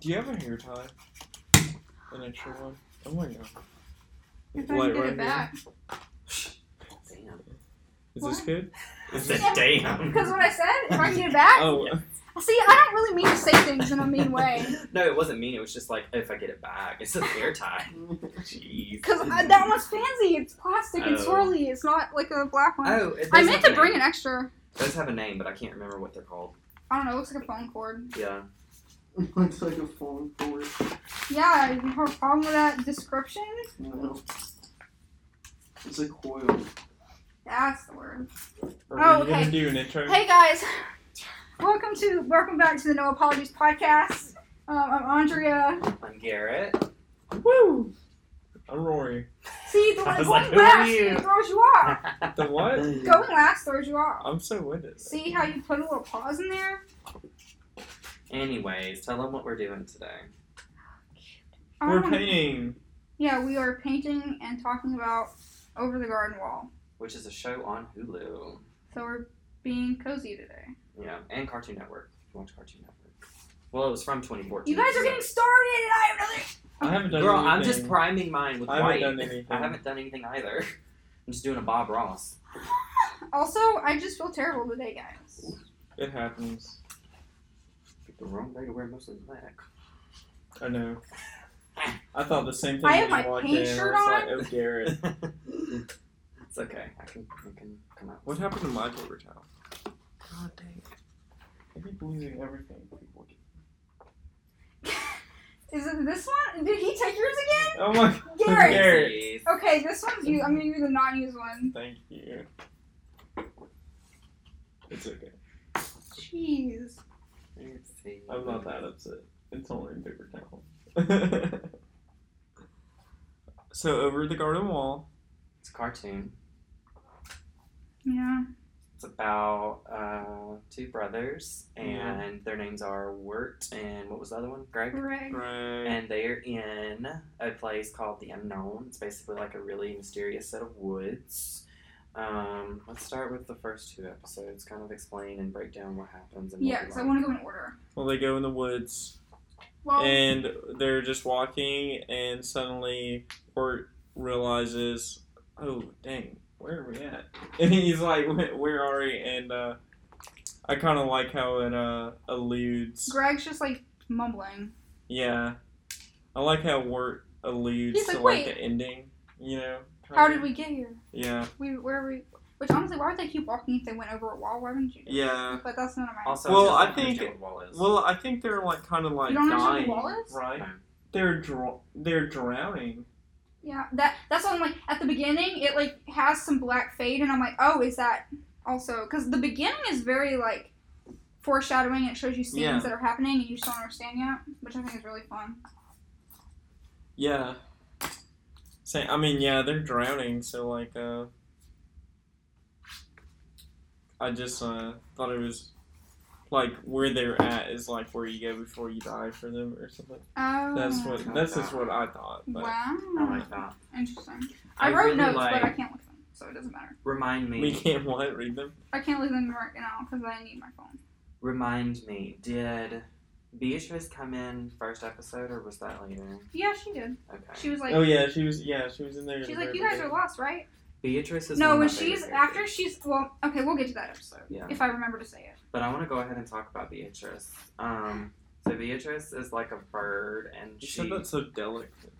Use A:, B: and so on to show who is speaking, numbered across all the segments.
A: Do you have a hair tie? An extra one? Oh my god.
B: If I can get it back.
A: Is this good?
C: I
A: Is
C: said,
A: this...
C: damn.
B: Because what I said, if I can get it back.
A: Oh,
B: See, I don't really mean to say things in a mean way.
C: No, it wasn't mean. It was just like, if I get it back, it's a hair tie. Jeez.
B: Because that one's fancy. It's plastic and
C: Oh.
B: swirly. It's not like a black one.
C: Oh, it does
B: I meant
C: have
B: to
C: a
B: bring
C: name.
B: an extra.
C: Those have a name, but I can't remember what they're called.
B: I don't know. It looks like a phone cord.
C: Yeah.
D: Looks like a phone cord.
B: Yeah, you have a problem with that description?
D: No. It's a coil.
B: That's the word.
A: are we
B: Oh, okay.
A: gonna do an intro?
B: Hey guys, welcome to welcome back to the No Apologies podcast. Um, I'm Andrea.
C: I'm Garrett.
B: Woo!
A: I'm Rory.
B: See, the
C: I
B: one
C: was
B: going
C: like, who are
B: last
C: you?
B: it throws you off.
A: The what?
B: Going last throws you off.
A: I'm so with it.
B: See how you put a little pause in there?
C: Anyways, tell them what we're doing today.
B: I
A: We're
B: wanna-
A: painting.
B: Yeah, we are painting and talking about Over the Garden Wall.
C: Which is a show on Hulu.
B: So we're being cozy today.
C: Yeah, and Cartoon Network. If you watch Cartoon Network. Well, it was from 2014.
B: You guys are
C: so-
B: getting started, and I have another.
A: I haven't done
C: Girl,
A: anything.
C: I'm just priming mine with
A: I haven't
C: white.
A: done anything.
C: I haven't done anything either. I'm just doing a Bob Ross.
B: Also, I just feel terrible today, guys.
A: It happens.
C: Picked the wrong day to wear mostly black.
A: I know. I thought the same thing.
B: I
A: when
B: have
A: you
B: my
A: walked
B: paint
A: in, I
B: shirt
A: was
B: on.
A: Like, oh, Garrett.
C: it's okay. I can, I can come out.
A: What happened to my paper towel?
C: God dang.
A: I keep losing everything. people do.
B: Is it this one? Did he take yours again?
A: Oh my god.
B: Garrett.
A: Garrett.
C: Jeez.
B: Okay, this one's you. I'm gonna use the non-used one.
A: Thank you. It's okay.
B: Jeez.
C: Let's see.
A: I'm not that upset. It's only in paper towel. so over the garden wall.
C: It's a cartoon.
B: Yeah.
C: It's about uh, two brothers, and their names are Wirt and what was the other one? Greg.
B: Greg.
A: Right.
C: And they're in a place called the Unknown. It's basically like a really mysterious set of woods. Um, let's start with the first two episodes, kind of explain and break down what happens. And what
B: Yeah,
C: we
B: because I
C: learn.
B: want to go in order.
A: Well, they go in the woods
B: Well,
A: and they're just walking, and suddenly Bert realizes, "Oh, dang, where are we at?" And he's like, "Where- "Where are we?" And uh, I kind of like how it uh, alludes.
B: Greg's just like mumbling.
A: Yeah, I like how Wort alludes
B: He's
A: to
B: like, "Wait."
A: like the ending. You know.
B: How
A: kinda.
B: did we get here?
A: Yeah.
B: We where are we? Which honestly, why would they keep walking if they went over a wall? Why wouldn't you? do that?
A: Yeah.
B: But that's none of my.
C: Also,
A: Well,
C: just
A: I
C: like understand
A: think-
C: what wall is.
A: Well, I think they're like kind of like
B: You don't understand
A: dying,
B: who Wallace?
A: right?
C: No.
A: They're dr- they're drowning.
B: Yeah, that that's why I'm like at the beginning it like has some black fade and I'm like, oh, is that also because the beginning is very like foreshadowing. It shows you scenes
A: Yeah.
B: that are happening and you just don't understand yet, which I think is really fun.
A: Yeah. Say, I mean, yeah, they're drowning. So like, uh, I just uh thought it was like where they're at is like where you go before you die for them or something.
B: Oh,
A: That's what that's just what I thought. But
B: Wow,
C: I like that.
B: interesting.
C: I,
B: I, wrote
C: really
B: notes,
C: like.
B: but I can't look at them, so it doesn't matter.
C: Remind me.
A: we can't what read them.
B: I can't look at them right now because I need my phone.
C: Remind me. Did Beatrice come in first episode, or was that later?
B: Yeah, she did.
C: Okay.
B: She was like,
A: oh yeah, she was yeah she was in there.
B: she's like, you guys are lost, right?
C: Beatrice is. one
B: no,
C: of
B: when
C: my favorite
B: she's
C: characters.
B: after she's well, okay, we'll get to that episode
C: Yeah.
B: if I remember to say it.
C: But I want to go ahead and talk about Beatrice. Um, so Beatrice is like a bird, and
A: You
C: she.
A: said that so delicately.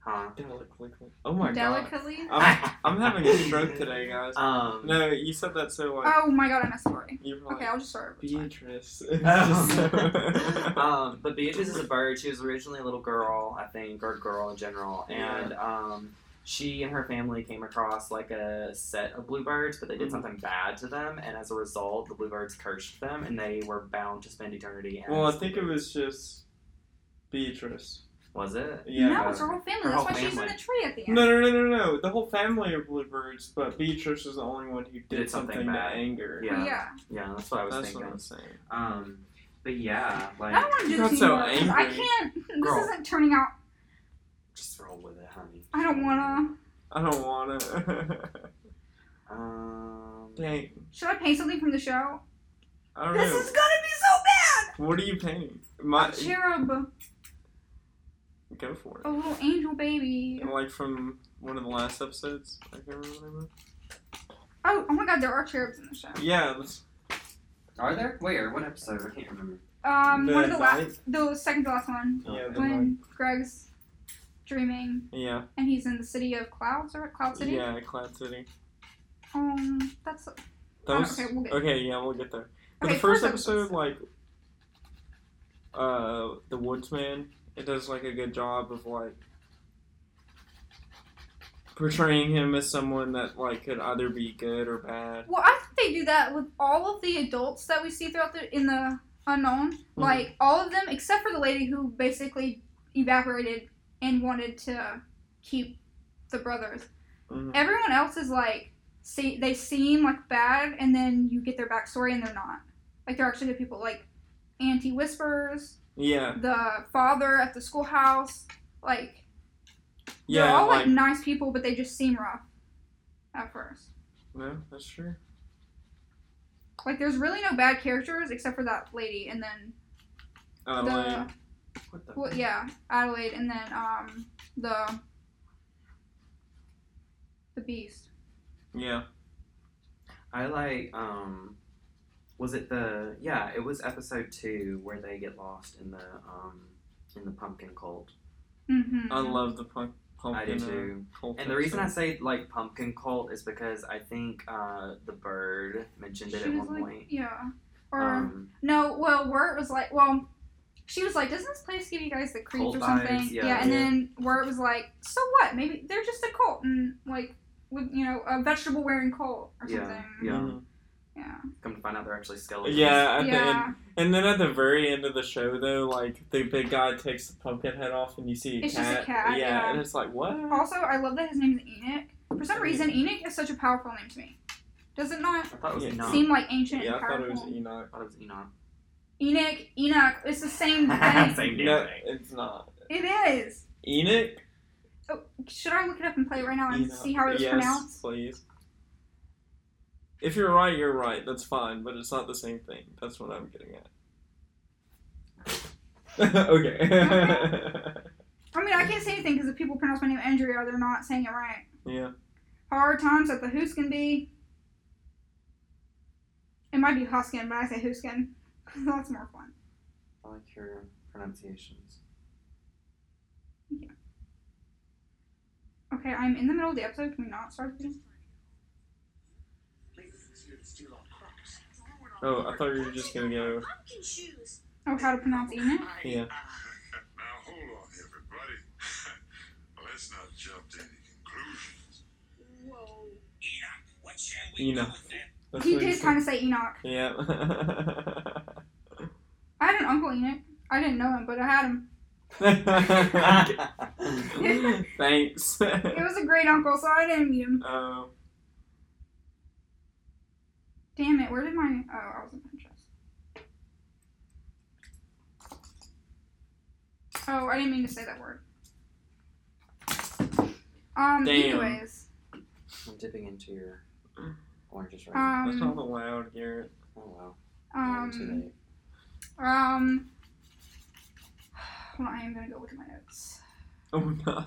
C: huh.
A: Delicately. Oh my god.
B: Delicately.
C: Oh,
A: I'm, I'm having a stroke today, guys.
C: Um.
A: No, you said that so like
B: Oh my god, I missed the story.
A: you're like
B: Okay, I'll just start. over. It's fine.
A: Beatrice. It's just so-
C: um, but Beatrice is a bird. She was originally a little girl, I think, or girl in general. And um, she and her family came across like a set of bluebirds, but they did
A: Mhm.
C: something bad to them, and as a result, the bluebirds cursed them, and they were bound to spend eternity. As
A: Well, I think it was just Beatrice.
C: was it?
A: Yeah.
B: No, it's her whole family.
C: Her
B: That's
C: whole
B: why she's in
C: family.
B: the tree at the end.
A: No, no, no, no, no. The whole family are bluebirds, but Beatrice was the only one who did,
C: Did something
A: something,
C: bad.
A: to anger.
C: Yeah.
B: yeah.
C: Yeah, that's what I was
A: That's what
C: thinking.
A: I'm saying.
C: Um, but yeah, like
B: I don't want to do
A: You're
B: this
A: so
B: anymore. 'cause I
A: angry.
B: can't. This
C: Girl.
B: isn't turning out.
C: just roll with it, honey.
B: I don't want
A: I don't wanna.
C: to. Um,
A: Dang.
B: to. Should I paint something from the show?
A: I don't
B: This
A: know.
B: is gonna be so bad.
A: What are you painting? My
B: cherub,
A: go for
B: a
A: it.
B: little angel baby.
A: And like from one of the last episodes, I can't remember. what it
B: Oh, oh my God, there are cherubs in the show.
A: was. Yeah, that's
C: Are there? Where? What episode? I can't remember.
B: Um, one of
A: The
B: the last,
A: ninth?
B: the second to last one,
A: yeah, the ninth.
B: when Greg's dreaming
A: yeah,
B: and he's in the city of clouds or Cloud City.
A: yeah, Cloud City.
B: Um, that's
A: That
B: Oh,
A: was
B: okay, we'll get-
A: okay. Yeah, we'll get there. But
B: Okay,
A: the first,
B: first
A: episode,
B: episode.
A: like, uh, the woodsman, it does like a good job of like portraying him as someone that like could either be good or bad.
B: Well, I think they do that with all of the adults that we see throughout the in the unknown. Like all of them except for the lady who basically evaporated and wanted to keep the brothers.
A: Mhm.
B: Everyone else is like see they seem like bad and then you get their backstory and they're not. Like they're actually good people. Like Auntie Whispers,
A: Yeah,
B: the father at the schoolhouse, like they're
A: yeah,
B: all like
A: like,
B: nice people but they just seem rough at first.
A: no, that's true.
B: Like there's really no bad characters except for that lady and then
A: Adelaide.
C: What the?
B: well, yeah, Adelaide and then um the the beast.
A: Yeah,
C: I like. Um, was it the? Yeah, it was episode two where they get lost in the um in the pumpkin cult.
B: Mhm.
A: I love the punk.
C: I
A: pumpkin,
C: do
A: uh,
C: too.
A: cult
C: And the reason I um,
A: episode.
C: say like pumpkin cult is because I think uh, the bird mentioned it
B: She
C: at
B: was
C: one
B: like,
C: point.
B: yeah. Or
C: Um,
B: no, well, Wirt was like, well, she was like, doesn't this place give you guys the creeps
C: Cult
B: or something?
C: vibes, yeah.
B: and
A: Yeah.
B: then Wirt was like, so what? Maybe they're just a cult and like, with, you know, a vegetable wearing cult or
C: Yeah,
B: something.
C: yeah.
A: Mhm.
B: Yeah.
C: come to find out they're actually skeletons.
A: Yeah, at the end,
B: Yeah.
A: and then at the very end of the show, though, like the big guy takes the pumpkin head off, and you see a
B: It's just
A: cat.
B: a cat, yeah.
A: and it's like what?
B: Also, I love that his name's Enoch. For some reason, Enoch is such a powerful name to me. Does it not
C: I thought it was
A: Yeah.
C: Enoch.
B: seem like ancient
A: Yeah,
B: and
A: I thought it
B: powerful?
A: was E- Enoch.
C: I thought it was Enoch.
B: Enoch, Enoch, it's the same thing.
C: Same damn
A: No,
C: thing.
A: it's not.
B: it is.
A: Enoch?
B: Should I look it up and play it right now and
A: Enoch.
B: see how it's
A: yes,
B: pronounced?
A: please. If you're right, you're right. That's fine, but it's not the same thing. That's what I'm getting at. okay.
B: I mean, I can't say anything because if people pronounce my name Andrea, they're not saying it right.
A: yeah.
B: Hard times at the Hooskin Bee. It might be Huskin, but I say Hooskin. That's more fun.
C: I like your pronunciations.
B: Okay, I'm in the middle of the episode. Can we not start this?
A: Oh, I thought you were just gonna go.
E: Pumpkin shoes.
B: Oh, how to pronounce Enoch?
A: Yeah.
F: Now hold on, everybody. Let's not jump to any conclusions.
E: Whoa.
F: What shall
A: we do Enoch. That's
B: He
A: what
B: did
A: said.
B: kind of say Enoch.
A: Yeah.
B: I had an uncle Enoch. I didn't know him, but I had him.
A: Thanks.
B: It was a great uncle, so I didn't meet him.
A: Um,
B: Damn it, where did my. Oh, I was in Pinterest. Oh, I didn't mean to say that word. Um,
A: Damn.
B: anyways.
C: I'm dipping into your oranges right now.
A: that's not
B: Um,
A: allowed, Garrett.
C: Oh wow. You're too
B: um,
C: late.
B: um. Hold on, I am gonna go look at my notes.
A: Oh no.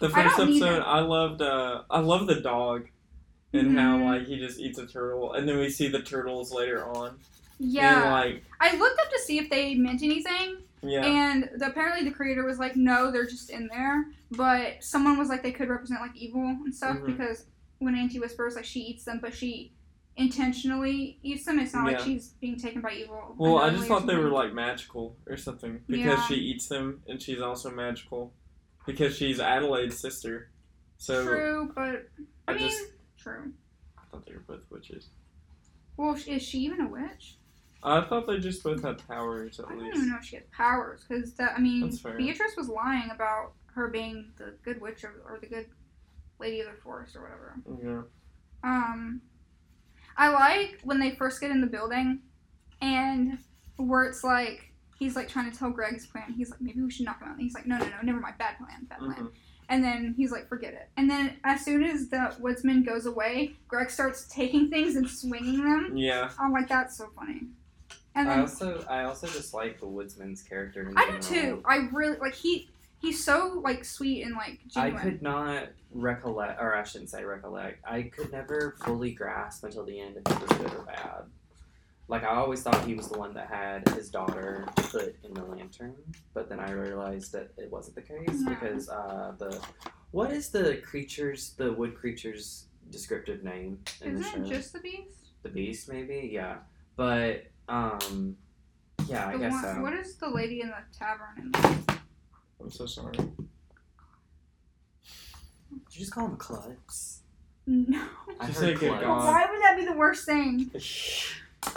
A: The
B: I
A: first
B: don't need
A: episode
B: it.
A: I loved uh I love the dog and
B: Mhm.
A: how like he just eats a turtle and then we see the turtles later on. And,
B: Yeah.
A: like
B: I looked up to see if they meant anything,
A: yeah.
B: and the, apparently the creator was like, no, they're just in there. But someone was like, they could represent like evil and stuff
A: Mhm.
B: because when Auntie whispers, like she eats them, but she intentionally eats them. It's not
A: Yeah.
B: like she's being taken by evil.
A: well, I
B: another
A: just
B: way or
A: thought they were
B: something.
A: like magical or something because
B: Yeah.
A: she eats them and she's also magical because she's Adelaide's sister. So
B: true, but I,
A: I
B: mean,
A: just-
B: true.
A: I thought they were both witches.
B: Well, sh- is she even a witch?
A: I thought they just both had powers
B: I
A: at
B: don't
A: least.
B: even know if she had powers because that. I mean,
A: That's fair.
B: Beatrice was lying about her being the good witch or, or the good lady of the forest or whatever.
A: Yeah.
B: Um, I like when they first get in the building, and Wirt's like he's like trying to tell Greg his plan. He's like, maybe we should knock him out. And he's like, no, no, no, never mind, bad plan, bad plan.
C: Mm-hmm.
A: Mhm.
B: And then he's like, forget it. And then as soon as the woodsman goes away, Greg starts taking things and swinging them.
A: Yeah.
B: I'm like, that's so funny. And
C: I
B: then
C: also I also just like the woodsman's character. In
B: Um, I do
C: general.
B: too. I really like he. He's so like sweet and like
C: I
B: genuine.
C: could not recollect, or I shouldn't say recollect. I could never fully grasp until the end if he was good or bad. Like I always thought he was the one that had his daughter put in the lantern, but then I realized that it wasn't the case
B: No.
C: because uh, the what is the creatures, the wood creatures, descriptive name in the show?
B: Isn't it just the beast?
C: the beast, maybe? Yeah, but um, yeah, I
B: the
C: guess
B: one,
C: so.
B: What is the lady in the tavern? And
A: I'm so sorry.
C: Did you just call him clubs?
B: no.
C: I
A: Just
C: heard
A: say good
C: clubs.
A: God.
B: Why would that be the worst thing?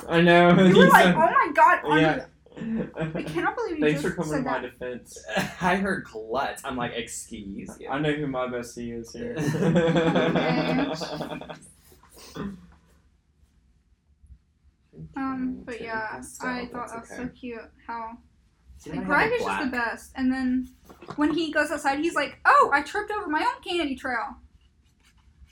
A: I know.
B: You were
A: he's
B: like, oh
A: a-
B: my god, Anya,
A: yeah.
B: I cannot believe you
A: Thanks
B: just
A: for coming to
B: said
A: my
B: that.
A: defense.
C: I heard klutz. I'm like, excuse you.
A: I know who my bestie is here.
B: Um, but
C: Okay,
B: yeah,
C: still,
B: I thought that was
C: that's
B: so
C: okay.
B: cute how
C: See,
B: like,
C: I have a
B: Greg is just
C: black-
B: the best. And then when he goes outside, he's like, "Oh, I tripped over my own candy trail."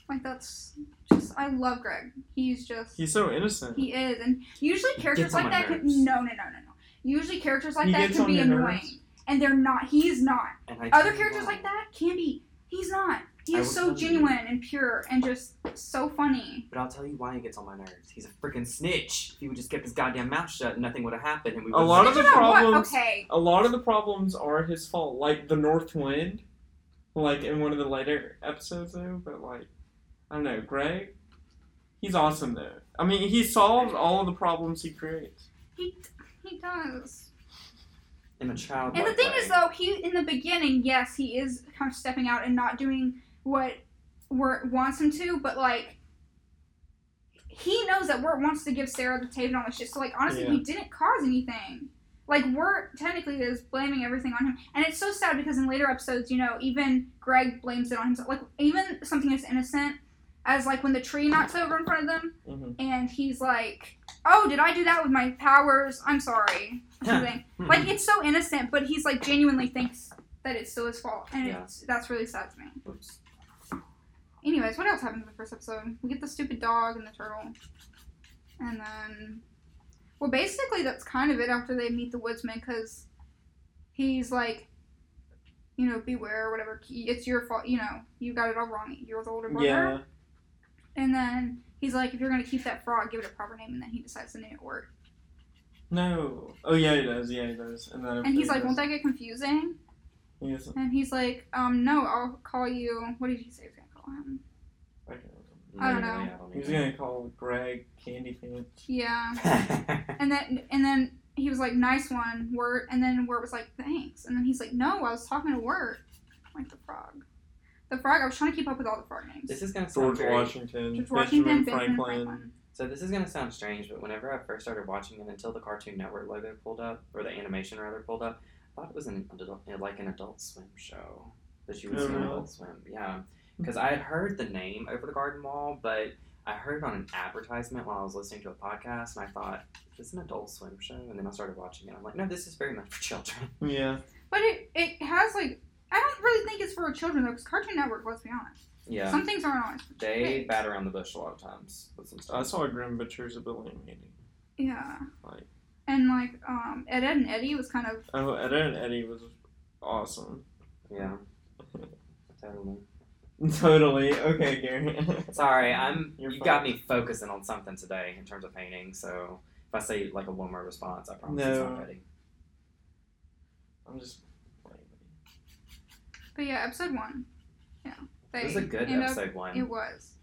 B: Like that's just I love Greg. He's just
A: He's so innocent.
B: he is, and usually characters
C: gets on
B: like
C: my
B: that can
C: nerves.
B: no no no no no. Usually characters like
A: He
B: that
A: gets
B: can
A: on
B: be
A: your
B: annoying,
A: nerves.
B: and they're not. He is not.
C: And I
B: Other
C: do
B: characters
C: love-
B: like that can be. He's not. He
C: I
B: is
C: will
B: so
C: tell you.
B: genuine and pure and just so funny.
C: But I'll tell you why he gets on my nerves. He's a freaking snitch. If he would just keep his goddamn mouth shut, nothing would have happened, and we
A: A
C: would've-
A: lot of the
B: You know what?
A: problems-
B: Okay.
A: a lot of the problems are his fault, like the North Wind, like in one of the later episodes though. But like, I don't know, Greg, he's awesome though. I mean, he solves all of the problems he creates.
B: He he does.
C: in a child.
B: And the thing is, though, he in the beginning, yes, he is kind of stepping out and not doing what Wirt wants him to, but like he knows that Wirt wants to give Sarah the tape and all this shit. So like, honestly, he didn't cause anything. Like Wirt technically is blaming everything on him, and it's so sad because in later episodes, you know, even Greg blames it on himself. Like even something as innocent as like when the tree knocks over in front of them,
A: Mhm.
B: and he's like, "Oh, did I do that with my powers? I'm sorry." or something.
C: Hmm.
B: Like it's so innocent, but he's like genuinely thinks that it's still his fault, and
C: Yeah.
B: it's, that's really sad to me.
C: Oops.
B: Anyways, what else happened in the first episode? We get the stupid dog and the turtle, and then, well, basically that's kind of it after they meet the woodsman because he's like, you know, beware or whatever. It's your fault. You know, you got it all wrong. You're the older brother.
A: Yeah,
B: And then he's like, if you're gonna keep that frog, give it a proper name, and then he decides to name it Wort.
A: no. Oh yeah, he does. Yeah, he does. And then
B: And he's like, won't that get confusing?
A: He's, I
B: And he's like, um, no, I'll call you. What did he say Um, he was gonna call him?
A: can't remember.
B: I don't
C: Literally,
B: know.
C: I
A: He's
C: even-
A: gonna call Greg Candy Pants.
B: Yeah. And then and then he was like, nice one, Wirt. And then Wirt was like, thanks. And then he's like, no, I was talking to Wirt, like the frog. The frog. I was trying to keep up with all the frog names.
C: this is gonna sound
A: George
C: very-
A: Washington,
B: George
A: Benjamin
B: Washington, Benjamin
A: Franklin.
B: Franklin.
C: So this is gonna sound strange, but whenever I first started watching it, until the Cartoon Network logo pulled up, or the animation rather pulled up, I thought it was an adult, eh, like an Adult Swim show that you would
A: Oh,
C: see on
A: really?
C: Adult Swim. Yeah, because I had heard the name Over the Garden Wall, but I heard it on an advertisement while I was listening to a podcast, and I thought this is an Adult Swim show, and then I started watching it. I'm like, no, this is very much for children.
A: Yeah,
B: But it it has like. I don't really think it's for children though, because Cartoon Network. Let's be honest.
C: Yeah,
B: Some things aren't always.
C: they bat around the bush a lot of times with some
A: I
C: stuff.
A: saw Grim Butcher's a Billion meeting.
B: Yeah.
A: Like-
B: And like um, Ed, Ed and Eddie was kind of.
A: Oh, Ed and Eddie was awesome.
C: Yeah, totally.
A: totally. Okay, Gary.
C: Sorry, I'm.
A: You're
C: you
A: fine.
C: got me focusing on something today in terms of painting. So if I say like a one word response, I promise it's
A: No.
C: not ready.
A: I'm just.
B: But yeah, episode one. Yeah. They
C: It was a good
B: end up-
C: episode one.
B: It was.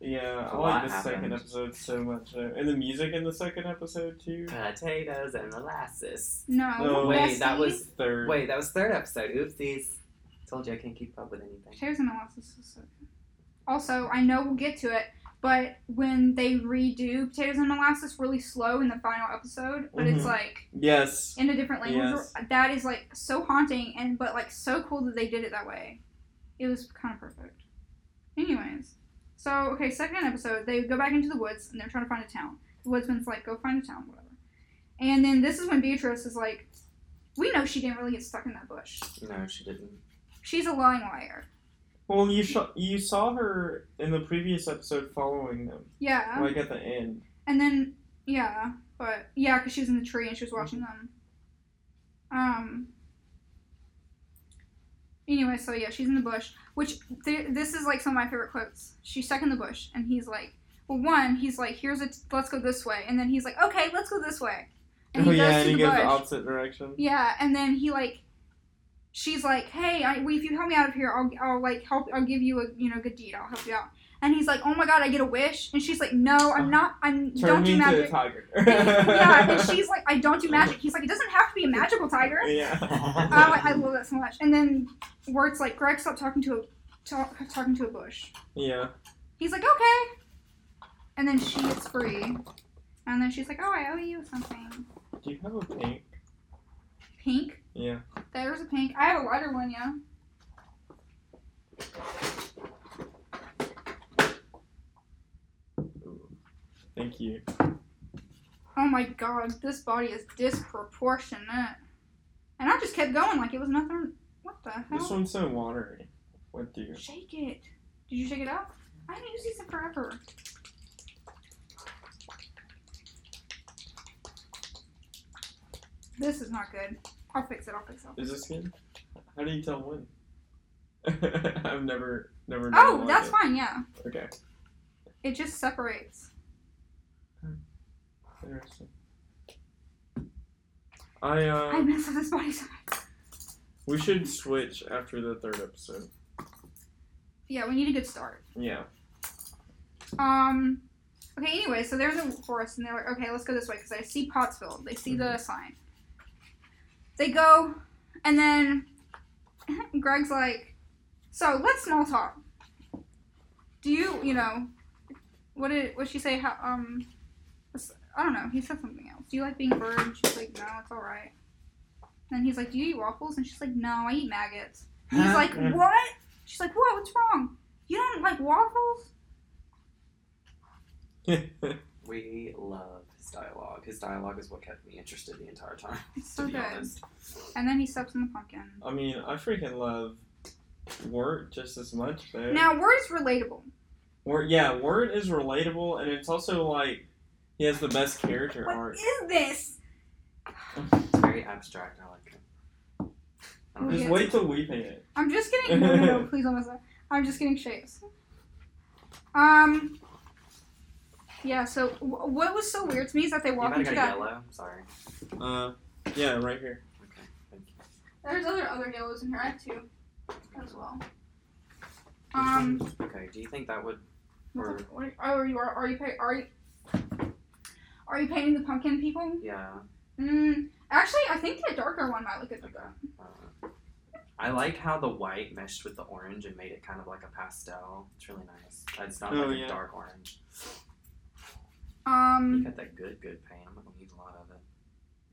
A: Yeah,
C: A
A: I
C: lot
A: like the second
C: happened.
A: episode so much. Though. And the music in the second episode too.
C: Potatoes and molasses.
B: No.
A: No,
C: wait, that
B: bestie.
C: was
A: Third.
C: wait, that was third episode. Oopsies. Told you I can't keep up with anything.
B: Potatoes and molasses. is so good. Also, I know we'll get to it, but when they redo potatoes and molasses really slow in the final episode, but it's
A: Mhm.
B: like
A: Yes.
B: in a different language,
A: Yes.
B: that is like so haunting and but like so cool that they did it that way. It was kind of perfect. Anyways, so okay, second episode, they go back into the woods and they're trying to find a town. The woodsman's like, go find a town, whatever. And then this is when Beatrice is like, we know she didn't really get stuck in that bush.
C: No, she didn't.
B: She's a lying liar.
A: Well, you sh- you saw her in the previous episode following them,
B: Yeah.
A: like at the end.
B: And then, yeah, But yeah, because she was in the tree and she was watching them. Um. Anyway, so yeah, she's in the bush. Which th- this is like some of my favorite quotes. She's stuck in the bush, and he's like, "Well, one, he's like, here's a t- let's go this way," and then he's like, "Okay, let's go this way," and
A: oh
B: he
A: yeah,
B: goes
A: and
B: to
A: he
B: the
A: goes
B: bush.
A: the opposite direction.
B: Yeah, and then he like, she's like, "Hey, I, well, if you help me out of here, I'll, I'll like help. I'll give you a you know good deed. I'll help you out." And he's like, "Oh my god, I get a wish," and she's like, "No, I'm not. I'm
A: Oh. Turn
B: don't
A: me
B: do
A: into
B: magic."
A: a tiger.
B: yeah, and she's like, "I don't do magic." He's like, "It doesn't have to be a magical tiger."
A: Yeah.
B: Oh, I, I love that so much. And then Wert's like, "Greg, stop talking to a talk, talking to a bush."
A: Yeah.
B: He's like, "Okay," and then she gets free, and then she's like, "Oh, I owe you something."
A: Do you have a pink?
B: Pink.
A: Yeah.
B: There's a pink. I have a lighter one, yeah.
A: Thank you.
B: Oh my god, this body is disproportionate. And I just kept going like it was nothing. What the
A: This
B: hell?
A: one's so watery. What do you?
B: Shake it. Did you shake it up? I haven't used these in forever. This is not good. I'll fix it. I'll fix it.
A: Is this good? How do you tell when? I've never, never. done
B: Oh,
A: one
B: that's
A: yet.
B: fine. Yeah,
A: Okay.
B: it just separates.
A: Interesting. I uh,
B: I mess with this body so much.
A: we should switch after the third episode.
B: Yeah, we need a good start.
A: Yeah.
B: Um. Okay. Anyway, so there's a forest, and they're like, okay, let's go this way because I see Pottsville. They see the sign. They go, and then Greg's like, "So let's small talk. Do you, you know, what did what she say? How um, s- I don't know. He said something else. Do you like being a bird? And She's like, no, it's all right. And he's like, do you eat waffles? And she's like, no, I eat maggots. And he's like, what? She's like, what? What's wrong? You don't like waffles?
C: We love his dialogue. His dialogue is what kept me interested the entire time.
B: It's
C: To
B: so
C: be
B: good.
C: honest.
B: And then he steps on the pumpkin.
A: I mean, I freaking love Word just as much though.
B: Now, word is relatable.
A: Word, yeah, Word is relatable, and it's also like he has the best character
B: What
A: art.
B: is this?
C: It's very abstract. I like it. I don't
B: We'll
A: Just
B: get-
C: know.
A: wait till we paint it.
B: I'm just getting. No, no, no, please don't mess up. I'm just getting shapes. Um. Yeah. So wh- what was so weird to me is that they
C: You
B: walk
C: might have
B: into
C: got
B: that.
C: a yellow. Sorry.
A: Uh, yeah, right here.
C: Okay. Thank you.
B: There's other other yellows in here. I have two as well. Um.
C: Okay. Do you think that would?
B: What, the- what, oh, are you are, are you pa- are you are you painting the pumpkin people?
C: Yeah.
B: Mm, actually, I think the darker one might look good with that.
C: Uh, I like how the white meshed with the orange and made it kind of like a pastel. It's really nice. It's not
A: Oh,
C: like
A: yeah.
C: a dark orange.
B: Um. Mm.
C: You got that good, good paint. I'm gonna need a lot of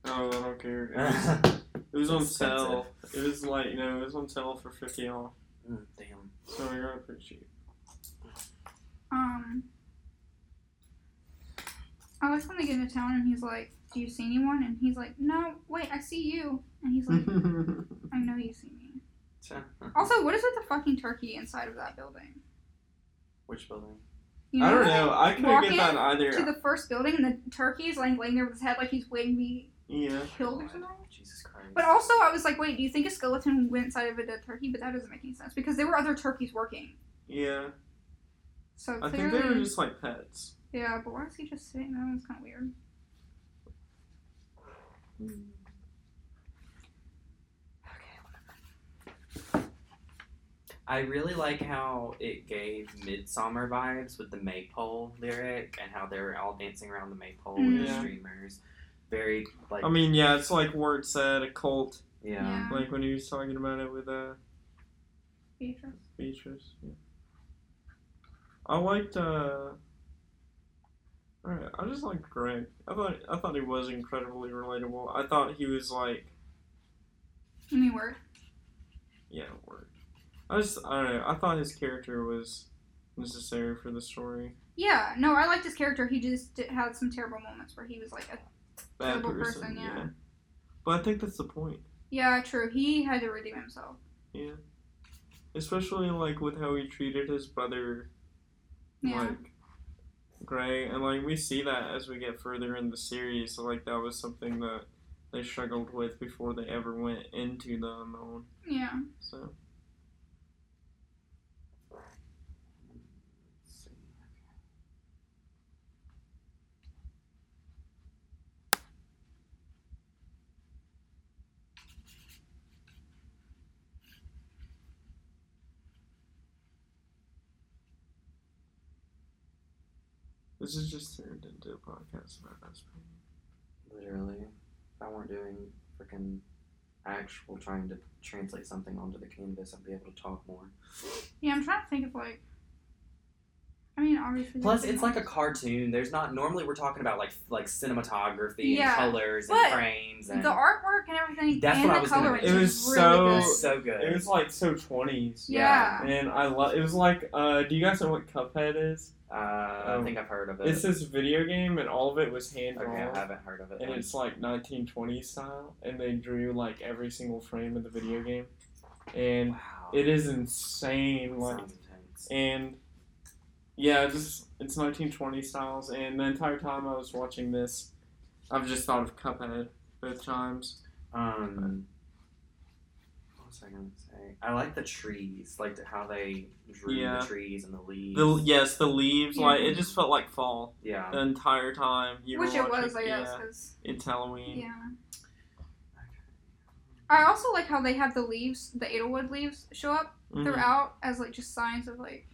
A: Oh, I don't care. It was,
C: it.
A: it was on
C: Expensive.
A: sale. It was like you know, it was on sale for fifty off.
C: Mm, Damn.
A: So we got it pretty cheap.
B: Um, I like when they get into town and he's like, "Do you see anyone?" And he's like, "No, wait, I see you." And he's
A: Mm-hmm.
B: like, "I know you see me."
C: So,
B: Also, what is with the fucking turkey inside of that building?
C: Which building?
B: You
A: I don't know. I couldn't
B: walking
A: get that either.
B: To the first building, and the turkey is like laying there with his head like he's waiting to be
A: yeah.
B: killed or
C: God,
B: something.
C: Jesus Christ.
B: But also, I was like, wait, do you think a skeleton went inside of a dead turkey? But that doesn't make any sense because there were other turkeys working.
A: Yeah.
B: So
A: I
B: clearly,
A: think they were just like pets.
B: yeah. But why is he just sitting there? It's kind of weird.
C: I really like how it gave midsummer vibes with the maypole lyric and how they were all dancing around the maypole
B: Mm.
C: with the
A: Yeah. Um,
C: streamers. Very like
A: I mean, yeah, it's like Word said, a cult.
C: yeah.
A: Like when he was talking about it with uh
B: Beatrice.
A: Beatrice. Yeah. I liked uh Alright, I just liked Greg. I thought I thought he was incredibly relatable. I thought he was like
B: I mean, word.
A: yeah, word. I just I don't know, I thought his character was necessary for the story.
B: Yeah, no, I liked his character. He just did, had some terrible moments where he was like, a,
A: Bad
B: Terrible
A: person,
B: person, yeah.
A: But I think that's the point.
B: yeah, true. He had to redeem himself.
A: Especially like with how he treated his brother
B: Yeah.
A: like Gray, and like we see that as we get further in the series, so, like that was something that they struggled with before they ever went into the unknown.
B: Yeah.
A: So this is just turned into a podcast about us.
C: Literally. If I weren't doing freaking actual trying to translate something onto the canvas, I'd be able to talk more.
B: Yeah, I'm trying to think of like. I mean, obviously.
C: Plus,
B: there's
C: it's like a cartoon. There's not normally we're talking about like like cinematography
B: Yeah.
C: and colors
B: But
C: and frames and
B: The artwork and everything,
C: That's
B: and
C: what I
B: the
C: was gonna
B: coloring
A: mention. It
B: is
A: was
B: really
A: so-
C: so good.
A: It was like so twenties.
B: good. Yeah.
A: And I love. It was like, uh, do you guys know what Cuphead is?
C: uh, I
A: Um,
C: think I've heard of it.
A: It's this video game, and all of it was hand
C: okay,
A: drawn.
C: I haven't heard of it.
A: and
C: then.
A: it's like 1920s style, and they drew like every single frame of the video game, and
C: wow.
A: it is insane. Like,
C: Sounds intense.
A: and yeah, it's just it's 1920s styles, and the entire time I was watching this, I've just thought of Cuphead both times.
C: Um, what was I gonna say? I like the trees, like how they drew
A: Yeah.
C: the trees and the leaves.
A: The yes, the leaves, like it just felt like fall
C: yeah,
A: the entire time. You
B: Which
A: were
B: it
A: watching-
B: was, I guess.
A: yeah,
B: 'cause-
A: it's Halloween.
B: yeah. I also like how they have the leaves, the Edelwood leaves, show up
A: Mhm.
B: throughout as like just signs of like.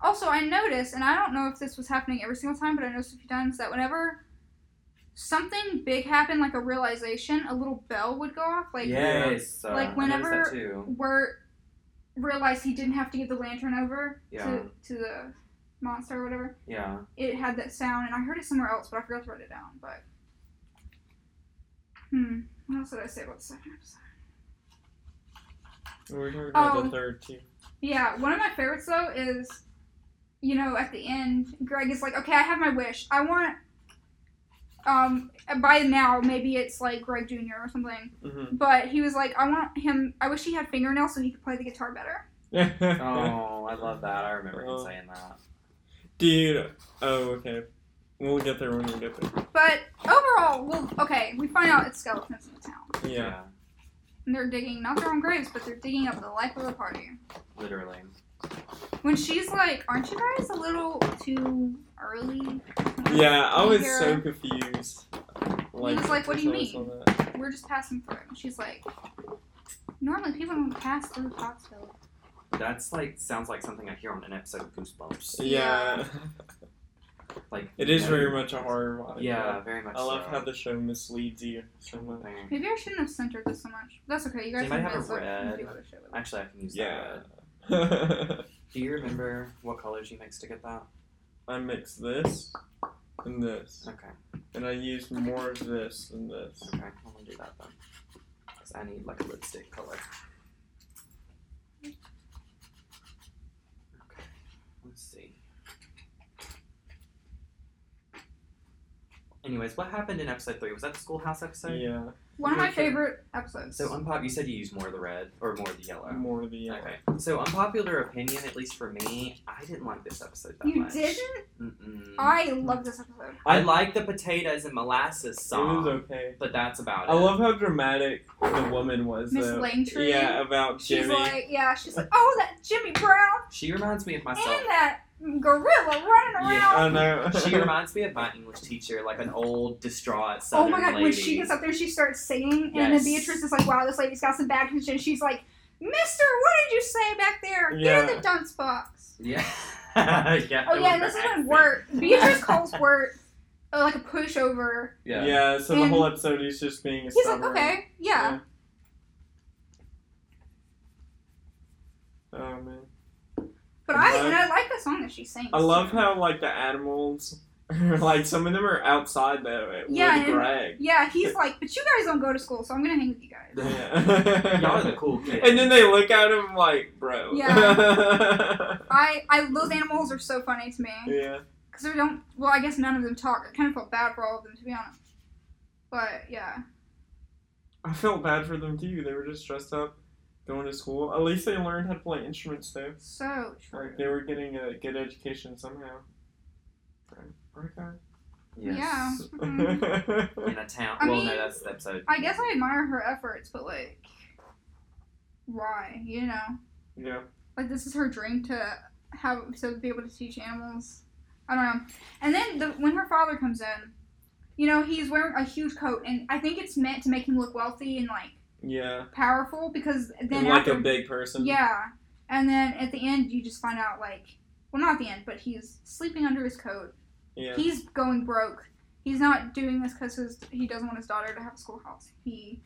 B: Also, I noticed, and I don't know if this was happening every single time, but I noticed a few times that whenever something big happened, like a realization, a little bell would go off, like
C: yes, uh,
B: like
C: I noticed
B: whenever-
C: that too.
B: Wirt realized he didn't have to give the lantern over
C: Yeah.
B: to to the monster or whatever.
C: Yeah,
B: It had that sound, and I heard it somewhere else, but I forgot to write it down. But hmm, what else did I say about the second episode?
A: We were talking about
B: Oh.
A: the third too.
B: Yeah, one of my favorites though is, you know, at the end, Greg is like, "Okay, I have my wish. I want." Um, by now, maybe it's like Greg Jr. or something,
A: Mhm.
B: but he was like, "I want him. I wish he had fingernails so he could play the guitar better."
A: Mm-hmm.
C: oh, I love that. I remember him
A: Oh.
C: saying that.
A: Dude. Oh, okay. We'll get there when we get there.
B: But overall, well, okay, we find out it's skeletons in the town,
A: Yeah.
B: and they're digging not their own graves, but they're digging up the life of the party.
C: literally.
B: When she's like, "Aren't you guys a little too early?"
A: Yeah, I
B: You
A: was
B: hear-
A: so confused. Like,
B: was like, what do you
A: until I saw
B: mean?
A: that.
B: we're just passing through. And she's like, normally people don't pass through Foxville.
C: That's like sounds like something I hear on an episode of Goosebumps.
A: Yeah.
C: Like
A: It is
C: yeah.
A: very much a horror vibe.
C: Yeah, very much.
A: I love
C: so.
A: how the show misleads you so much.
B: Maybe I shouldn't have centered this so much. That's okay. You
C: Does
B: guys
C: anybody
B: can
C: have a
B: just look and
C: red?
B: do other shit with it.
C: Actually, I can use that.
A: Yeah.
C: red. Do you remember what colors you mixed to get that?
A: I mixed this and this,
C: Okay,
A: and I used more of this than this.
C: okay, I'm gonna do that then. Cause I need like a lipstick color. Okay, let's see. Anyways, what happened in episode three? Was that the schoolhouse episode?
A: Yeah,
B: One of my
A: Yeah, sure.
B: favorite episodes.
C: So unpop, you said you used more of the red or more of the yellow.
A: more of the yellow.
C: Okay. So unpopular opinion, at least for me, I didn't like this episode that
B: you
C: much.
B: didn't?
C: Mm-mm.
B: I love this episode.
C: I like the potatoes and molasses
A: It
C: song,
A: was okay.
C: but that's about
A: I
C: it.
A: love how dramatic the woman was.
B: Miss
A: though.
B: Langtry.
A: Yeah, about
B: She's
A: Jimmy.
B: like, yeah, she's like, oh, that Jimmy Brown
C: She reminds me of myself.
B: and that gorilla running around.
C: Yeah. um,
A: I know.
C: she reminds me of my English teacher, like an old distraught
B: Oh
C: Southern
B: my god,
C: lady.
B: when she gets up there, she starts singing, and then
C: Yes.
B: Beatrice is like, wow, this lady's got some bad condition. She's like, Mister, what did you say back there? Get in
A: Yeah.
B: the dunce box.
C: Yeah. yeah.
B: Oh
C: it
B: yeah, this
C: was
B: is
C: her
B: when
C: accent.
B: Wirt Beatrice calls Wirt uh, like a pushover.
C: Yeah.
A: so the
B: And-
A: whole episode he's just being a
B: He's like,
A: stubborn.
B: okay, yeah.
A: Oh man.
B: But I and I like the song that she sings.
A: I love how like the animals like some of them are outside though
B: Yeah,
A: with
B: and-
A: Greg.
B: Yeah, he's like, but you guys don't go to school, so I'm gonna hang with you guys.
A: Yeah.
C: Y'all are the cool kids.
A: and then they look at him like, bro. Yeah.
B: I I those animals are so funny to me because they don't. Well, I guess none of them talk. I kind of felt bad for all of them to be honest. But yeah,
A: I felt bad for them too. They were just dressed up, going to school. At least they learned how to play instruments though.
B: so true.
A: Like they were getting a good education somehow. Okay.
C: Yes.
B: Yeah. Mhm.
C: In a town.
B: I
C: well,
B: mean,
C: no, that's the episode.
B: I guess I admire her efforts, but like, why? You know,
A: yeah.
B: like this is her dream to have to be able to teach animals. I don't know. And then the, when her father comes in, you know, he's wearing a huge coat, and I think it's meant to make him look wealthy and like
A: Yeah.
B: powerful because then
A: And like
B: after,
A: a big person.
B: yeah, and then at the end you just find out like, well, not at the end, but he's sleeping under his coat.
A: Yeah.
B: He's going broke. He's not doing this because he doesn't want his daughter to have a schoolhouse. He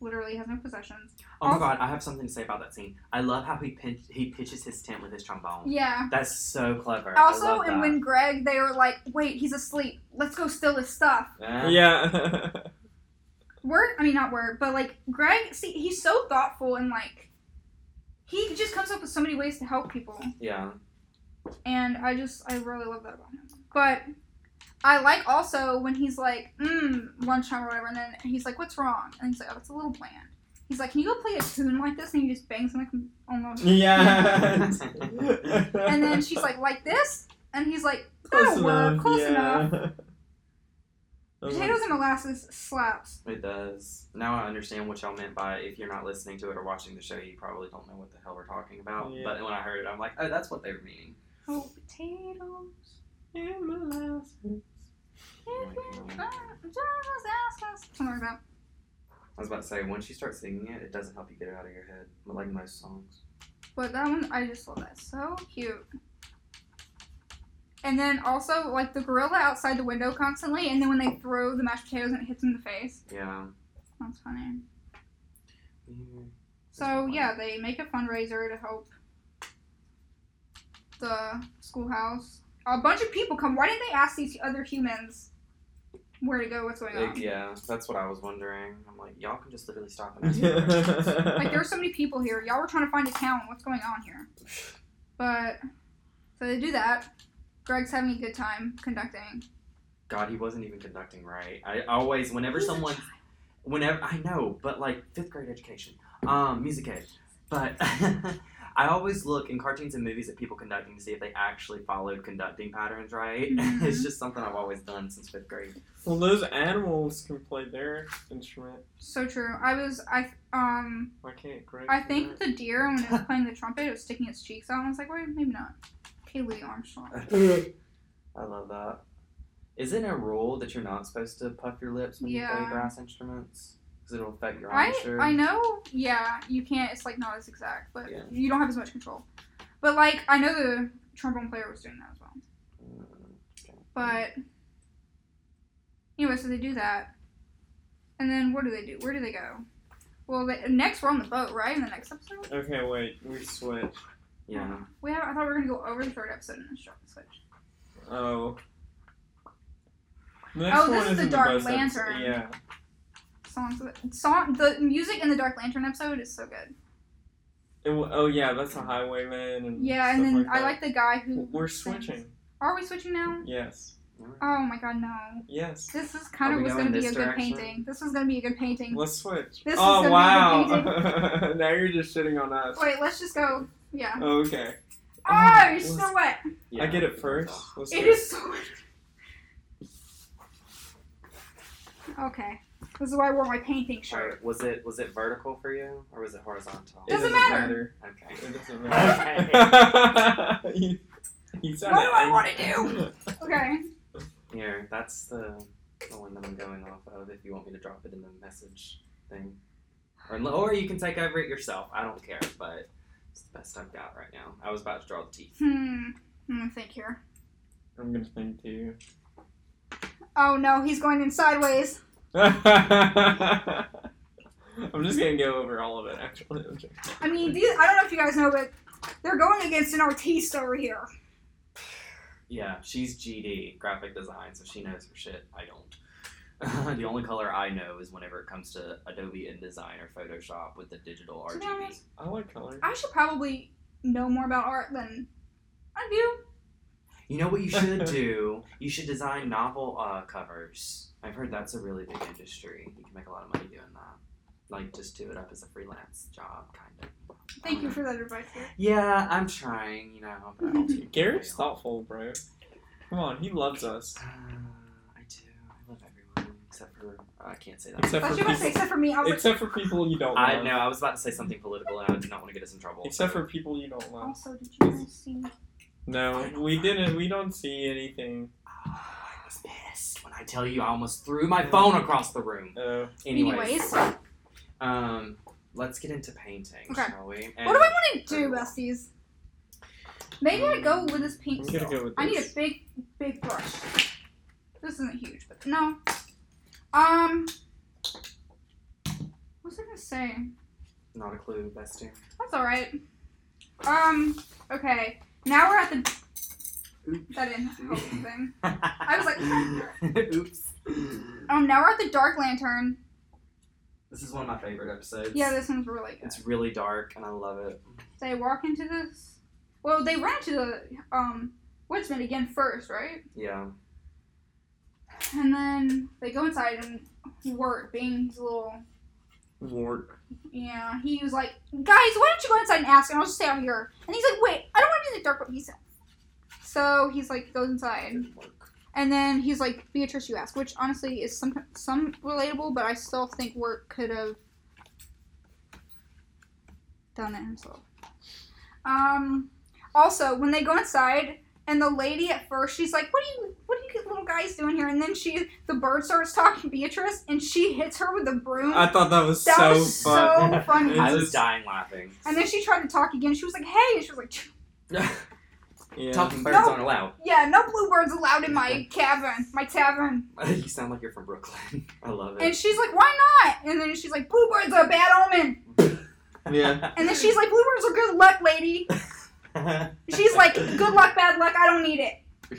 B: literally has no possessions.
C: Oh my
B: also-
C: god, I have something to say about that scene. I love how he pin- he pitches his tent with his trombone.
B: Yeah.
C: That's so clever. I
B: Also,
C: love
B: and
C: that.
B: when Greg, they were like, "Wait, he's asleep. Let's go steal his stuff."
C: Eh,
A: Yeah.
B: Word, I mean not word, but like Greg, see, he's so thoughtful and like, he just comes up with so many ways to help people.
C: yeah.
B: and I just I really love that about him. But I like also when he's like, mm, lunchtime or whatever, and then he's like, "What's wrong?" And he's like, "Oh, it's a little bland." He's like, "Can you go play a tune like this?" And he just bangs on the com- on the.
A: yeah.
B: And then she's like, "Like this?" And he's like,
A: close
B: "That'll work,
A: enough.
B: close
A: yeah.
B: enough."
A: I was like,
B: Potatoes and molasses slaps.
C: It does. Now I understand what y'all meant by if you're not listening to it or watching the show, you probably don't know what the hell we're talking about.
A: Yeah.
C: But when I heard it, I'm like, oh, that's what they were meaning.
B: Oh, potatoes.
A: "And molasses."
B: Something like that.
C: I was about to say, once you start singing it, it doesn't help you get it out of your head, but like most songs.
B: But that one, I just love that. So cute. And then also, like, the gorilla outside the window constantly, and then when they throw the mashed potatoes and it hits him in the face.
C: Yeah.
B: That's funny. So, yeah, they make a fundraiser to help the schoolhouse. A bunch of people come. Why didn't they ask these other humans where to go, what's going
C: It-
B: on?
C: yeah, that's what I was wondering. I'm like, y'all can just literally stop and ask me questions.
B: Like, there's so many people here. Y'all were trying to find a town. What's going on here? But, so they do that. Greg's having a good time conducting.
C: God, he wasn't even conducting right. I always, whenever
B: He's a
C: someone, whenever I know, but like fifth grade education, um, music ed, but I always look in cartoons and movies at people conducting to see if they actually followed conducting patterns right. it's
B: Mhm.
C: just something I've always done since fifth grade.
A: well, those animals can play their instrument.
B: So true. I was I um
A: Why can't Greg?
B: I
A: do
B: think the deer when it was playing the trumpet, it was sticking its cheeks out. And I was like, wait, maybe not. Okay, Louis Armstrong.
A: that?
C: I love that. Isn't it a rule that you're not supposed to puff your lips when you play
B: Yeah.
C: brass instruments because it'll affect your
B: I
C: embouchure?
B: I know. Yeah, you can't. It's like not as exact, but
C: Yeah.
B: you don't have as much control. But like I know the trombone player was doing that as well.
C: Mm,
B: But anyway, so they do that, and then what do they do? Where do they go? Well, they, next we're on the boat, right? In the next episode,
A: okay, wait. We switch.
C: Yeah.
B: we have. I thought we were gonna go over the third episode and then start the switch.
A: Oh. The next
B: Oh, this
A: one
B: is the
A: in
B: Dark
A: bus episode.
B: Lantern.
A: Yeah.
B: Songs, song, the music in the Dark Lantern episode is so good.
A: It w- oh yeah, that's a highwayman and
B: Yeah, and
A: Mm, stuff
B: then I
A: like
B: like the guy
A: that.
B: who.
A: We're
B: sings.
A: switching.
B: Are we switching now?
A: Yes.
B: Oh my god, no.
A: Yes.
B: This is kind
C: Are
B: of
C: we
B: was
C: going
B: gonna be a
C: this
B: good
C: direction?
B: painting. This was gonna be a good painting.
A: Let's switch.
B: This is
A: oh
B: gonna be
A: wow. now you're just shitting on us.
B: Wait, let's just go. Yeah.
A: Okay. Um,
B: Oh, you're
A: let's-
B: so wet.
A: I get it first. Let's
B: It
A: do
B: is so wet. Okay. This is why I wore my painting shirt.
C: Alright, was it was it vertical for you or was it horizontal?
A: It
B: Doesn't matter.
C: Okay.
A: It doesn't matter. you, you sound
B: What do I
A: ang-
B: wanna do? Okay.
C: Here, that's the the one that I'm going off of. If you want me to drop it in the message thing, or or you can take over it yourself. I don't care, but it's the best I've got right now. I was about to draw the teeth.
B: Hmm. I'm gonna think here.
A: I'm gonna think to you.
B: Oh no, he's going in sideways.
A: I'm just gonna go over all of it actually. I'm joking.
B: I mean, these, I don't know if you guys know, but they're going against an artiste over here.
C: Yeah, she's GD graphic design, so she knows her shit. I don't. the only color I know is whenever it comes to Adobe InDesign or Photoshop with the digital
B: To be
C: RGB.
B: honest,
A: I like color.
B: I should probably know more about art than I do.
C: You know what you should do? You should design novel uh, covers. I've heard that's a really big industry. You can make a lot of money doing that. Like just do it up as a freelance job, kind of.
B: Thank you for that advice. Here.
C: Yeah, I'm trying. You know, but I don't
A: Garrett's thoughtful, bro. Come on, he loves us.
C: Uh, I do. I love everyone except for uh, I can't say that.
A: Except
B: I
A: for
B: thought you were gonna say
A: people,
B: except for me. I was
A: except for people you don't
C: I
A: love.
C: know. I was about to say something political, and I did not want to get us in trouble.
A: Except for people you don't love.
B: also. Did you guys see?
A: No, we didn't. We don't see anything.
C: Oh, I was pissed when I tell you I almost threw my phone across the room.
A: Uh,
C: Anyways,
B: Anyways.
C: um, let's get into painting,
B: Okay.
C: shall we?
B: What do I want to do, besties? Maybe I go with this
A: I'm
B: paint
A: gonna
B: still.
A: go with
B: I need
A: this.
B: a big, big brush. This isn't huge, but no. Um, what's I gonna say?
C: Not a clue, bestie.
B: That's all right. Um, okay. Now we're at the that in thing. I was
C: like, oops.
B: Um, now we're at the Dark Lantern.
C: This is one of my favorite episodes.
B: Yeah, this one's really good.
C: It's really dark, and I love it.
B: They walk into this. Well, they ran to the um woodsman again first, right?
C: Yeah.
B: And then they go inside and Wart being his little
A: Wart.
B: yeah, he was like, guys, why don't you go inside and ask and I'll just stay out here. And he's like, wait, I don't want to be in the dark. But he's so he's like goes inside
C: Didn't work.
B: and then he's like Beatrice, you ask, which honestly is some some relatable, but I still think Wart could have done it himself. Um. Also, when they go inside, and the lady at first, she's like, "What are you, what are you little guys doing here?" And then she, the bird starts talking to Beatrice, and she hits her with the broom.
A: I thought that was
B: Mm. that
A: so
B: was
A: fun.
B: so funny.
C: I
A: It's
C: was
A: just-
C: dying laughing.
B: and then she tried to talk again. She was like, "Hey," she was like,
A: Yeah.
C: Talking birds
B: No.
C: aren't allowed.
B: "Yeah, no bluebirds allowed in my cabin, my tavern."
C: you sound like you're from Brooklyn. I love
B: And
C: it.
B: she's like, why not? And then she's like, bluebirds are a bad omen.
A: Yeah.
B: And then she's like, bluebirds are good luck, lady. She's like, good luck, bad luck. I don't need it.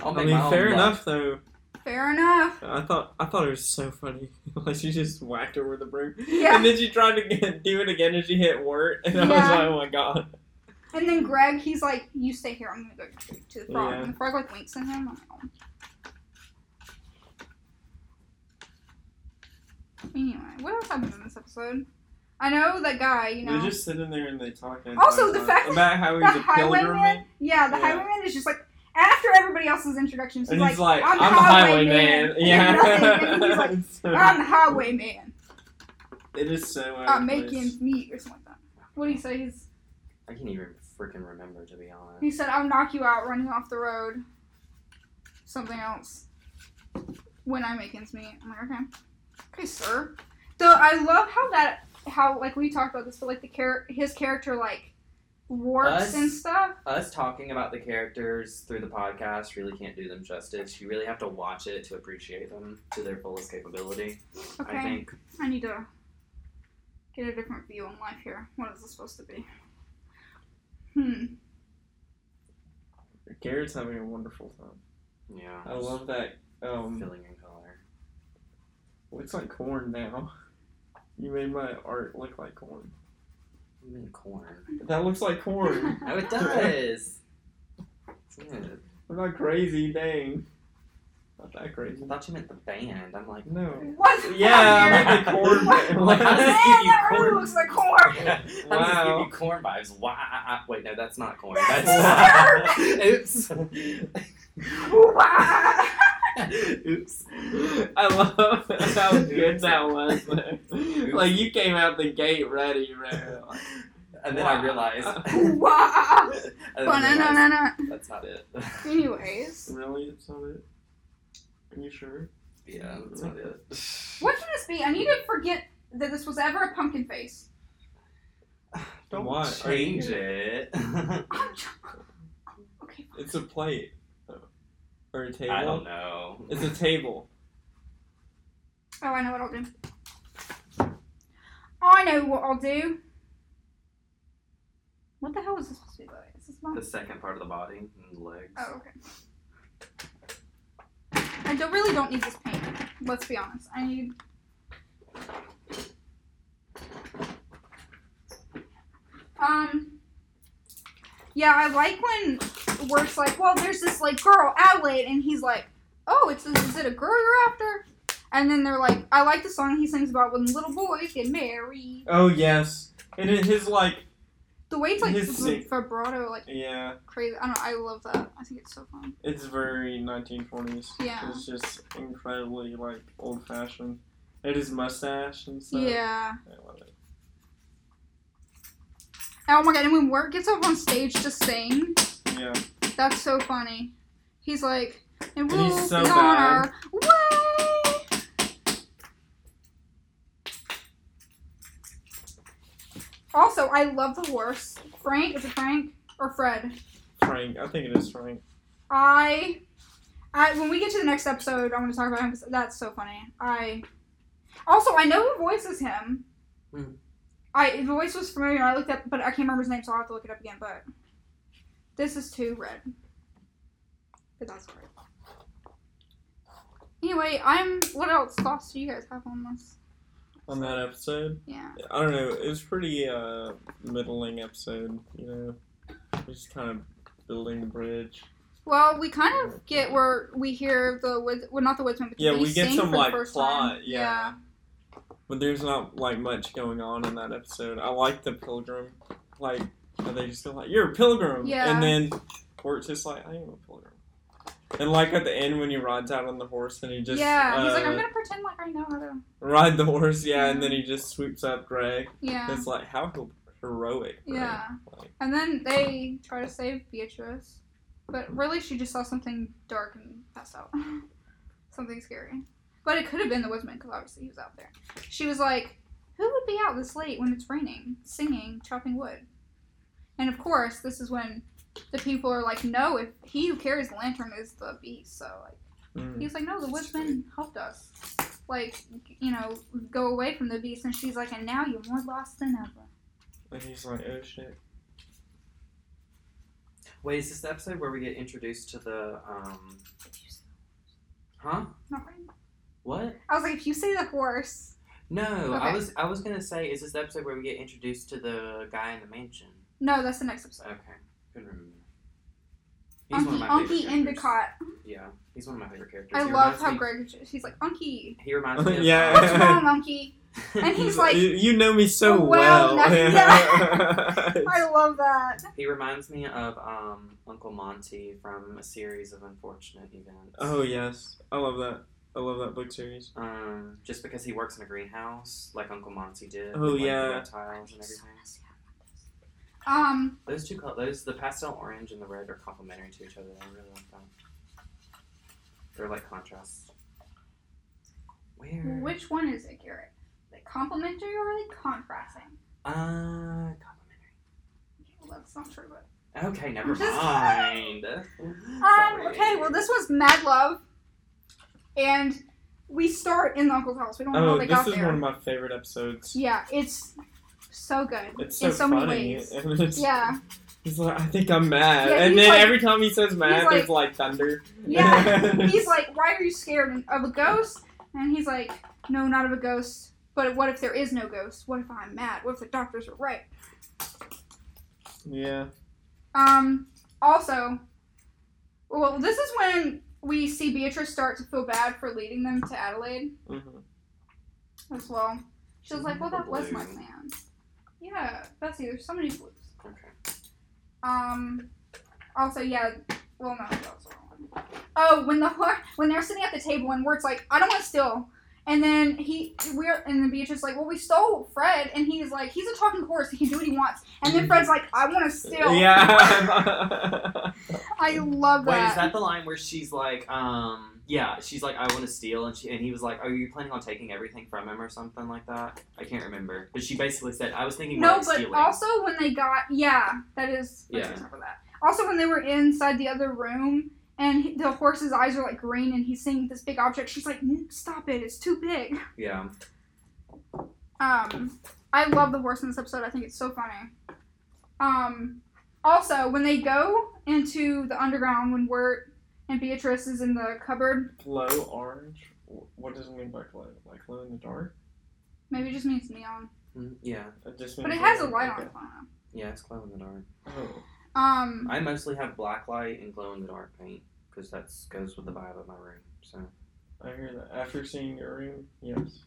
C: I'll
A: I
C: make
A: mean,
C: my own
A: fair
C: luck.
A: enough though.
B: Fair enough.
A: I thought I thought it was so funny. like she just whacked her with a broom,
B: Yeah.
A: and then she tried to get, do it again, and she hit Wart, and I was
B: Yeah.
A: like, oh my god.
B: And then Greg, he's like, you stay here. I'm gonna go to the frog.
A: Yeah.
B: And the frog like winks at him. I'm like, "Oh." Anyway, what else happened in this episode? I know that guy. You know,
A: They're just sitting there and they talking.
B: Also,
A: about-
B: the fact that
A: about how
B: the
A: he's a
B: highwayman.
A: pilgrim,
B: Yeah, the
A: Yeah.
B: highwayman is just like after everybody else's introductions.
A: and
B: he's like,
A: I'm,
B: the
A: a highwayman.
B: And nothing. And he's
A: Yeah.
B: like,
A: It's so-
B: I'm the highwayman.
A: it is so. out
B: I'm
A: of place.
B: making meat or something like that. What do you say? He's,
C: I can't even freaking remember, to be honest.
B: he said, I'll knock you out running off the road. Something else. When I make ends meet. I'm like, okay. Okay, sir. So I love how that, how, like, we talked about this, but, like, the char- his character, like, warps
C: Us?
B: and stuff.
C: Us talking about the characters through the podcast really can't do them justice. You really have to watch it to appreciate them to their fullest capability.
B: Okay.
C: I
B: I,
C: think.
B: need to get a different view on life here. What is this supposed to be? Hmm.
A: Garrett's having a wonderful time.
C: Yeah.
A: I love that. Um,
C: filling in color.
A: it's like corn now. You made my art look like corn.
C: I mean, corn.
A: That looks like corn.
C: Oh, it does. Good.
A: I'm not crazy, dang. Not that crazy.
C: I thought you meant the band. I'm like,
A: No.
B: What? the fuck,
A: Yeah,
B: Eric?
A: I'm like the corn. man.
C: Like,
B: Man,
C: how
A: What?
C: does it give you
B: that really
C: corn?
B: looks like corn.
C: How does this
A: Wow.
C: give you corn vibes? Why? Wait, no, that's not corn.
B: That's
C: That's oops.
B: Wah!
C: oops.
A: I love how good that was. like you came out the gate ready, bro.
C: And then I realized. and
B: Wah!
C: then I realized
B: Ba-na-na-na-na.
C: that's not it.
B: Anyways,
A: Really, it's not it. Are you sure?
C: yeah, that's not it.
B: what can this be? I need to forget that this was ever a pumpkin face.
C: Don't
A: Why? Are you-
C: change it.
B: I'm tr- okay.
A: It's a plate or a table.
C: I don't know.
A: It's a table.
B: Oh, I know what I'll do. I know what I'll do. What the hell is this supposed to be like? Is this my?
C: the second part of the body and the legs.
B: Oh, okay. I don't really don't need this paint. Let's be honest. I need. Um. Yeah, I like when works like, well, there's this like girl, Adelaide, and he's like, oh, it's is it a girl you're after? And then they're like, I like the song he sings about when little boys get married.
A: Oh yes, and it, his like
B: The way it's like
A: His
B: vib-
A: sing-
B: vibrato, like
A: Yeah,
B: crazy. I don't. know, I love that. I think it's so fun.
A: it's very 1920s.
B: Yeah.
A: It's just incredibly like old fashioned. And his mustache and stuff.
B: yeah.
A: I love it.
B: Oh my god! And when Wirt gets up on stage to sing,
A: Yeah.
B: That's so funny. He's like, and
A: And
B: we'll
A: he's so
B: be on our way. Also, I love the worst. Frank, is it Frank or Fred?
A: Frank. I think it is Frank.
B: I, I when we get to the next episode, I want to talk about him because that's so funny. I, also I know who voices him.
C: Hmm.
B: I the voice was familiar. and I looked up, but I can't remember his name, so I'll have to look it up again. But this is too red. But that's alright. Anyway, I'm. What else thoughts do you guys have on this?
A: On that episode.
B: Yeah.
A: I don't know. It was pretty uh, middling episode. You know, just kind of building the bridge.
B: Well, we kind of get where we hear the woods. Well, not the woodsman, but
A: Yeah,
B: they
A: we get
B: sing
A: some
B: for the
A: like
B: first
A: plot.
B: time.
A: Yeah. But there's not like much going on in that episode. I like the pilgrim. Like how they just go like, "You're a pilgrim,"
B: Yeah.
A: and then or it's just like, "I am a pilgrim." And like at the end when he rides out on the horse and he just
B: yeah. He's like,
A: uh,
B: I'm gonna pretend like I know how to.
A: ride the horse, yeah, and then he just sweeps up Greg.
B: Yeah.
A: It's like how hero- heroic. Greg.
B: Yeah.
A: Like,
B: And then they try to save Beatrice, but really she just saw something dark and passed out. something scary. But it could have been the woodsman because obviously he was out there. She was like, "Who would be out this late when it's raining, singing, chopping wood?" And of course, this is when the people are like, "No, if he who carries the lantern is the beast." So like,
A: mm.
B: he's like, "No, the woodsman helped us." Like, you know, go away from the beast, and she's like, "And now you're more lost than ever."
A: And he's like, "Oh shit."
C: Wait, is this the episode where we get introduced to the um? Huh?
B: Not raining.
C: What?
B: I was like, if you say the horse,
C: No, I
B: Okay.
C: was I was gonna say, is this the episode where we get introduced to the guy in the mansion?
B: No, that's the next episode.
C: Okay, couldn't remember. He's one of
B: Unky,
C: my
B: Unky
C: favorite characters.
B: Endicott.
C: Yeah, he's one of my favorite characters.
B: I
C: He
B: love
C: reminds
B: how
C: me-
B: Greg. He's like Unky.
C: He reminds me. Of,
A: Yeah.
B: What's wrong, Unky? And he's like,
A: "You, you know me so
B: "Oh, well,
A: well."
B: nothing- I love that.
C: He reminds me of um, Uncle Monty from a series of unfortunate events.
A: oh yes, I love that. I love that book series.
C: Um, just because he works in a greenhouse, like Uncle Monty did.
A: Oh,
C: with, like, the
A: yeah.
C: Reptiles and everything.
B: Um,
C: Those two colors, those the pastel orange and the red, are complementary to each other. I really like that. They're like contrast. Where?
B: which one is it, Garrett? The complimentary or the contrasting?
C: Uh, complementary.
B: Well, that's not true, but.
C: Okay, never
B: Just-
C: mind.
B: Um.
C: Sorry.
B: Okay. Well, this was Mad Love, and we start in the uncle's house. We don't know how
A: Oh,
B: they
A: this
B: got
A: is
B: there.
A: one of my favorite episodes.
B: yeah, it's so good
A: It's so,
B: in so
A: funny.
B: many ways.
A: And it's-
B: Yeah.
A: He's like, I think I'm mad.
B: Yeah,
A: and
B: he's
A: then
B: like-
A: every time he says mad,
B: like-
A: there's like thunder.
B: Yeah. he's like, why are you scared of a ghost? And he's like, no, not of a ghost. But what if there is no ghost? What if I'm mad? What if the doctors are right?
A: yeah.
B: Um. Also, well, this is when we see Beatrice start to feel bad for leading them to Adelaide
A: Mhm.
B: as well. She was like, well, that was my
C: Blue.
B: plan. Yeah, Betsy, there's so many blues.
C: Okay.
B: Um. Also, yeah. Well, no, that was the wrong one. Oh, when the hor- when they're sitting at the table and Wirt's like, I don't want to steal. And then he, we're, and then Beatrice is like, well, we stole Fred, and he's like, he's a talking horse, he can do what he wants. And then Fred's like, I want to steal.
A: Yeah.
B: I love
C: Wait,
B: that.
C: is that the line where she's like, um, yeah, she's like, I want to steal, and she and he was like, are you planning on taking everything from him or something like that? I can't remember, but she basically said, I was thinking more
B: no,
C: like
B: but
C: stealing.
B: also when they got, yeah, that is.
C: Yeah.
B: Yeah. That. Also, when they were inside the other room. And he- the horse's eyes are like green, and he's seeing this big object. She's like, "N- "Stop it! It's too big."
C: yeah,
B: Um, I love the horse in this episode. I think it's so funny. Um, also, when they go into the underground, when Wirt and Beatrice is in the cupboard,
A: glow orange. Wh- What does it mean by glow? Like glow in the dark?
B: maybe it just means neon,
C: Mm, yeah,
A: It just
B: but it
A: means
B: has a
A: like-
B: light on
A: okay.
B: it. I don't know.
C: yeah. It's glow in the dark.
A: Oh.
B: Um,
C: I mostly have black light and glow in the dark paint because that goes with the vibe of my room. So,
A: I hear that. After seeing your room, yes.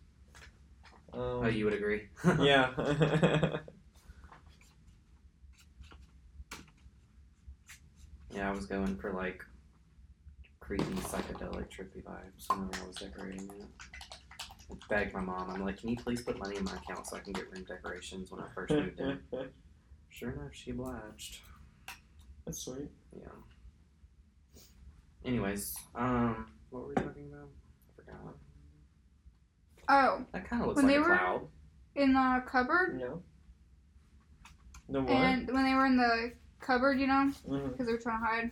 A: Um,
C: oh, you would agree?
A: yeah.
C: Yeah, I was going for like creepy psychedelic trippy vibes whenever I was decorating it. I begged my mom, I'm like, can you please put money in my account so I can get room decorations when I first moved in? Sure enough, she obliged.
A: That's sweet.
C: Yeah. Anyways, um, what were we talking about? I forgot.
B: Oh,
C: That kind of looks
B: When
C: like
B: they
C: a
B: were-
C: cloud.
B: in the cupboard,
A: No. The what?
B: and when they were in the cupboard, you know,
A: Mhm.
B: because they were trying to hide,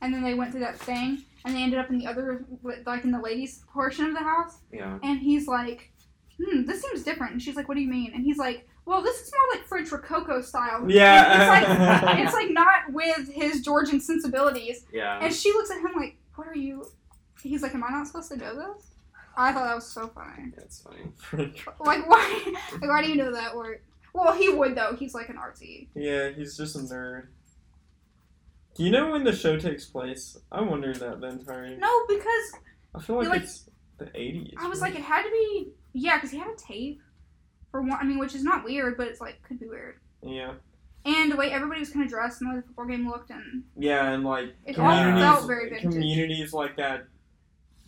B: and then they went through that thing, and they ended up in the other, like in the ladies' portion of the house,
C: Yeah.
B: and he's like, "Hmm, this seems different," and she's like, "What do you mean?" And he's like, "Well, this is more like French Rococo style." And it's like,
A: Yeah.
B: it's like not with his Georgian sensibilities.
C: Yeah.
B: And she looks at him like, "What are you?" He's like, "Am I not supposed to know this?" I thought that was so funny.
C: That's funny.
B: Like, why? Like, why do you know that word? Well, he would though. He's like an artsy.
A: yeah, he's just a nerd. Do you know when the show takes place? I wondered that the entire.
B: No, because
A: I feel like,
B: You're like-
A: it's the eighties.
B: I was like, it had to be yeah, because he had a tape for one. I mean, which is not weird, but it's like could be weird.
A: yeah,
B: And the way everybody was kind of dressed and the way the football game looked, and
A: yeah, and like
B: it all
C: Yeah.
A: communities,
B: felt very vintage.
A: communities like that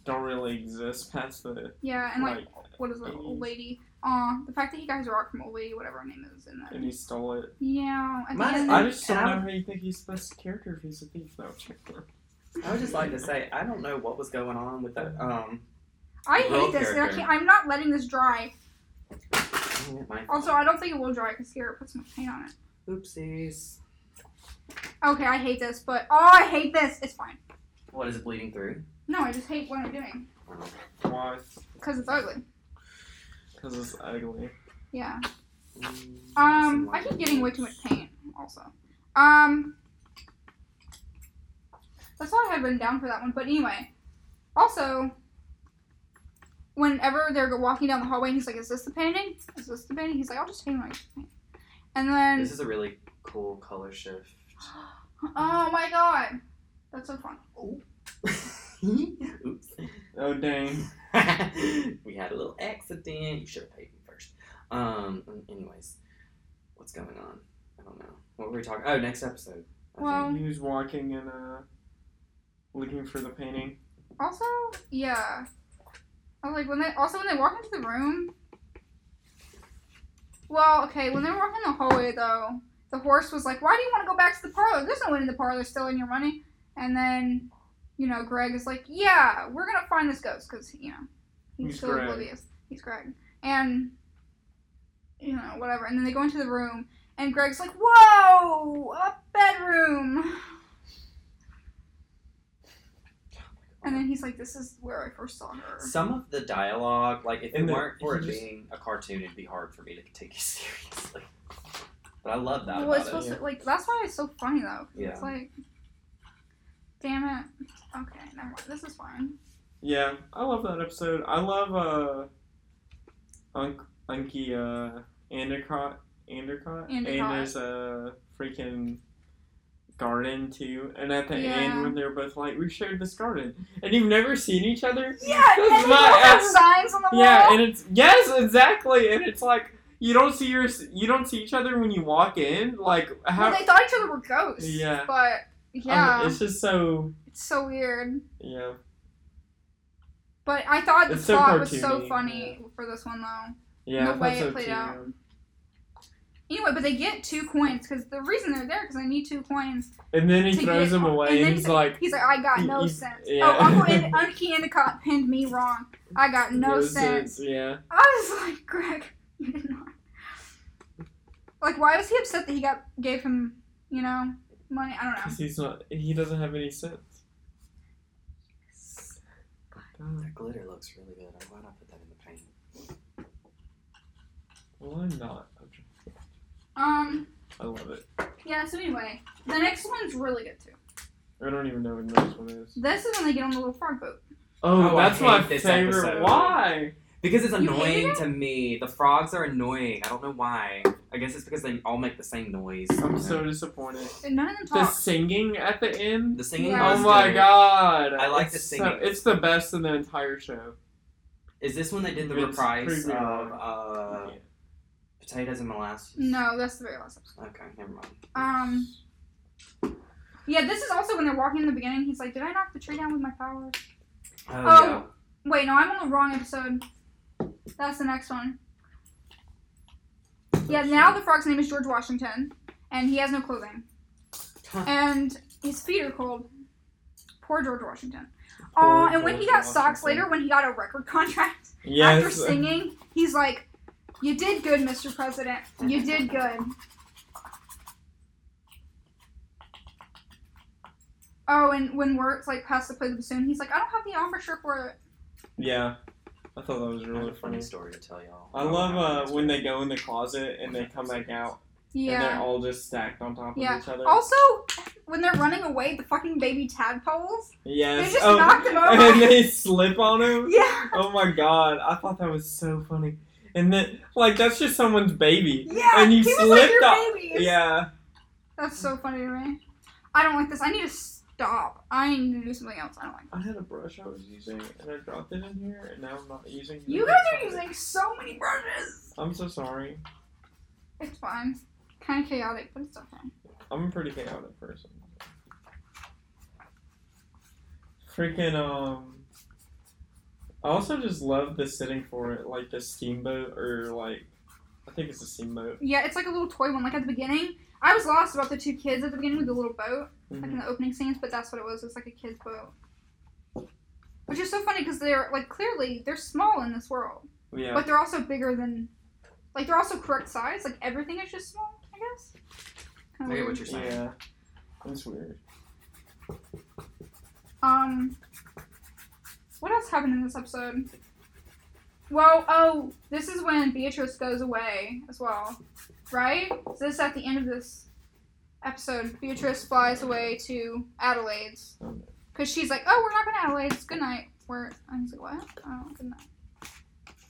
A: don't really exist past the
B: yeah, and like
A: like,
B: what is it, old
A: eighties.
B: lady? Uh, the fact that he got his rock from old lady, whatever her name is, in
A: and
B: that.
A: he stole it.
B: Yeah, at the
C: Mine-
B: end-
A: I just don't
C: and I
A: know how you think he's the best character if he's a thief. No,
C: I would just like to say, I don't know what was going on with that. Um,
B: I hate
C: Growth
B: this. and I
C: character.
B: can't, I'm not letting this dry.
C: my
B: Also, I don't think it will dry because here it puts some paint on it.
C: oopsies.
B: Okay, I hate this, but oh, I hate this. It's fine.
C: What is it bleeding through?
B: No, I just hate what I'm doing
A: why?
B: because it's ugly.
A: Because it's ugly.
B: Yeah.
C: Mm,
B: Um,
C: some
B: I
C: light
B: keep getting way too
C: bulbs.
B: much paint. Also, um, that's all I had written down for that one. But anyway, also, whenever they're walking down the hallway, he's like, "Is this the painting? Is this the painting?" He's like, "I'll just take my paint." And then
C: This is a really cool color shift.
B: Oh my god. That's so fun.
C: Oops.
A: Oh dang!
C: we had a little accident. You should have paid me first. Um. Anyways, what's going on? I don't know. What were we talking? Oh, next episode. I
B: Well-
C: think.
A: He was walking and uh, looking for the painting.
B: Also, yeah. I was like when they also when they walk into the room. Well, okay, when they were walking the hallway though, the horse was like, Why do you want to go back to the parlor? There's no one in the parlor stealing your money. And then, you know, Greg is like, Yeah, we're gonna find this ghost because, you know, he's,
A: He's
B: still
A: Greg.
B: oblivious. He's Greg. And you know, whatever. And then they go into the room and Greg's like, Whoa, a bedroom And then he's like, This is where I first saw her.
C: Some of the dialogue, like if it
A: And the-
C: weren't for it
A: he just-
C: being a cartoon, it'd be hard for me to take you seriously. But I love that
B: Well, it's
C: about it.
B: supposed to like that's why it's so funny though. 'cause
C: Yeah.
B: It's like, damn it. Okay, never mind. This is fine.
A: Yeah, I love that episode. I love uh, Unc Unky uh, Andercott Andercott
B: Andicott.
A: and his uh freaking garden too. And at the
B: Yeah.
A: end when they're both like, "We shared this garden," and you've never seen each other.
B: Yeah, and
A: That's
B: they both have
A: ass-
B: signs on the wall.
A: Yeah, and it's yes, exactly, and it's like you don't see your you don't see each other when you walk in. Like how?
B: well, they thought each other were ghosts.
A: Yeah.
B: But yeah,
A: Um,
B: it's,
A: it's just so
B: so weird.
A: yeah.
B: But I thought the
A: It's so
B: plot was so
A: cartoony,
B: funny for this one though.
A: Yeah,
B: The
A: I thought
B: way it
A: so
B: played
A: too.
B: out. Anyway, but they get two coins because the reason they're there because they need two coins.
A: And then he
B: to
A: throws
B: get-
A: him away,
B: and
A: and,
B: then
A: he's like,
B: He's like, I got
A: He-
B: no
A: he-
B: sense.
A: yeah.
B: Oh, Uncle and Uncle Endicott pinned me wrong. I got no sense.
A: Yeah.
B: I was like, Greg, you did not. Like, why was he upset that he got gave him, you know, money? I don't know.
A: Because he's not. He doesn't have any sense. God,
C: That glitter looks really good. I'm glad I put that in the paint.
A: well, I'm not. I'm tr-
B: Um,
A: I love it.
B: yeah. So anyway, the next one's really good too.
A: I don't even know what the next one is.
B: This is when they get on the little frog boat.
A: Oh,
C: Oh, I
A: that's my
C: hate this
A: favorite.
C: episode.
A: Why?
C: Because it's
B: You hated
C: annoying to me. The frogs are annoying. I don't know why. I guess it's because they all make the same noise.
A: I'm so disappointed.
B: And none of them
A: The
B: talk.
A: singing at the end.
C: the singing.
B: Yeah.
A: Oh
C: was
A: my
C: good.
A: god!
C: I like
A: it's
C: the
A: so-
C: singing.
A: it's the best in the entire show.
C: Is this when they did the
A: It's
C: reprise
A: pretty
C: of
A: good.
C: uh, potatoes and molasses?
B: No, that's the very last episode.
C: Okay, never mind.
B: Um, Yeah, this is also when they're walking in the beginning. He's like, "Did I knock the tree down with my power?"
C: Oh,
B: Oh.
C: yeah.
B: Wait, no, I'm on the wrong episode. That's the next one. Yeah, now the frog's name is George Washington, and he has no clothing, and his feet are cold. Poor George Washington.
C: Poor
B: Aw, and when he
C: George
B: got socks
C: Washington.
B: later, when he got a record contract. after
A: Yes.
B: singing, he's like, "You did good, Mr. President. You did good." Oh, and when Wirt's like passed to play the bassoon, he's like, "I don't have the embouchure for it."
A: Yeah. I thought that was
C: I
A: really
C: have a funny
A: funny.
C: story to tell y'all.
A: I love uh, when they go in the closet and they come back out and they're
B: Yeah.
A: all just stacked on top of
B: Yeah.
A: each other.
B: Also, when they're running away, the fucking baby tadpoles.
A: yes.
B: they just
A: oh,
B: knocked him over.
A: And they slip on him.
B: Yeah.
A: Oh my god, I thought that was so funny. And then, like, that's just someone's baby.
B: Yeah.
A: And you
B: he was like,
A: slipped
B: "Your
A: up."
B: babies."
A: Yeah.
B: That's so funny to me. I don't like this. I need to stop. I need to do something else. I don't like.
A: I had a brush I was using and I dropped it in here and now I'm not using it.
B: You guys are using so many brushes.
A: I'm so sorry.
B: It's fine. Kind of chaotic, but it's okay.
A: I'm a pretty chaotic person. Freaking um I also just love the sitting for it, like the steamboat or like I think it's a steamboat.
B: Yeah, it's like a little toy one. Like at the beginning, I was lost about the two kids at the beginning with the little boat, like
A: Mm-hmm. Mm.
B: in the opening scenes. But that's what it was. It was like a kid's boat, which is so funny because they're like clearly they're small in this world,
A: Yeah.
B: but they're also bigger than, like they're also correct size. Like everything is just small, I guess.
C: I
B: Kinda
C: get
B: weird.
C: what you're saying.
A: yeah. That's weird.
B: Um, what else happened in this episode? Well, oh, this is when Beatrice goes away as well, right? So this is at the end of this episode. Beatrice flies away to Adelaide's because she's like, "Oh, we're not going to Adelaide's. Good night." We're I was like, "What? Oh, good night."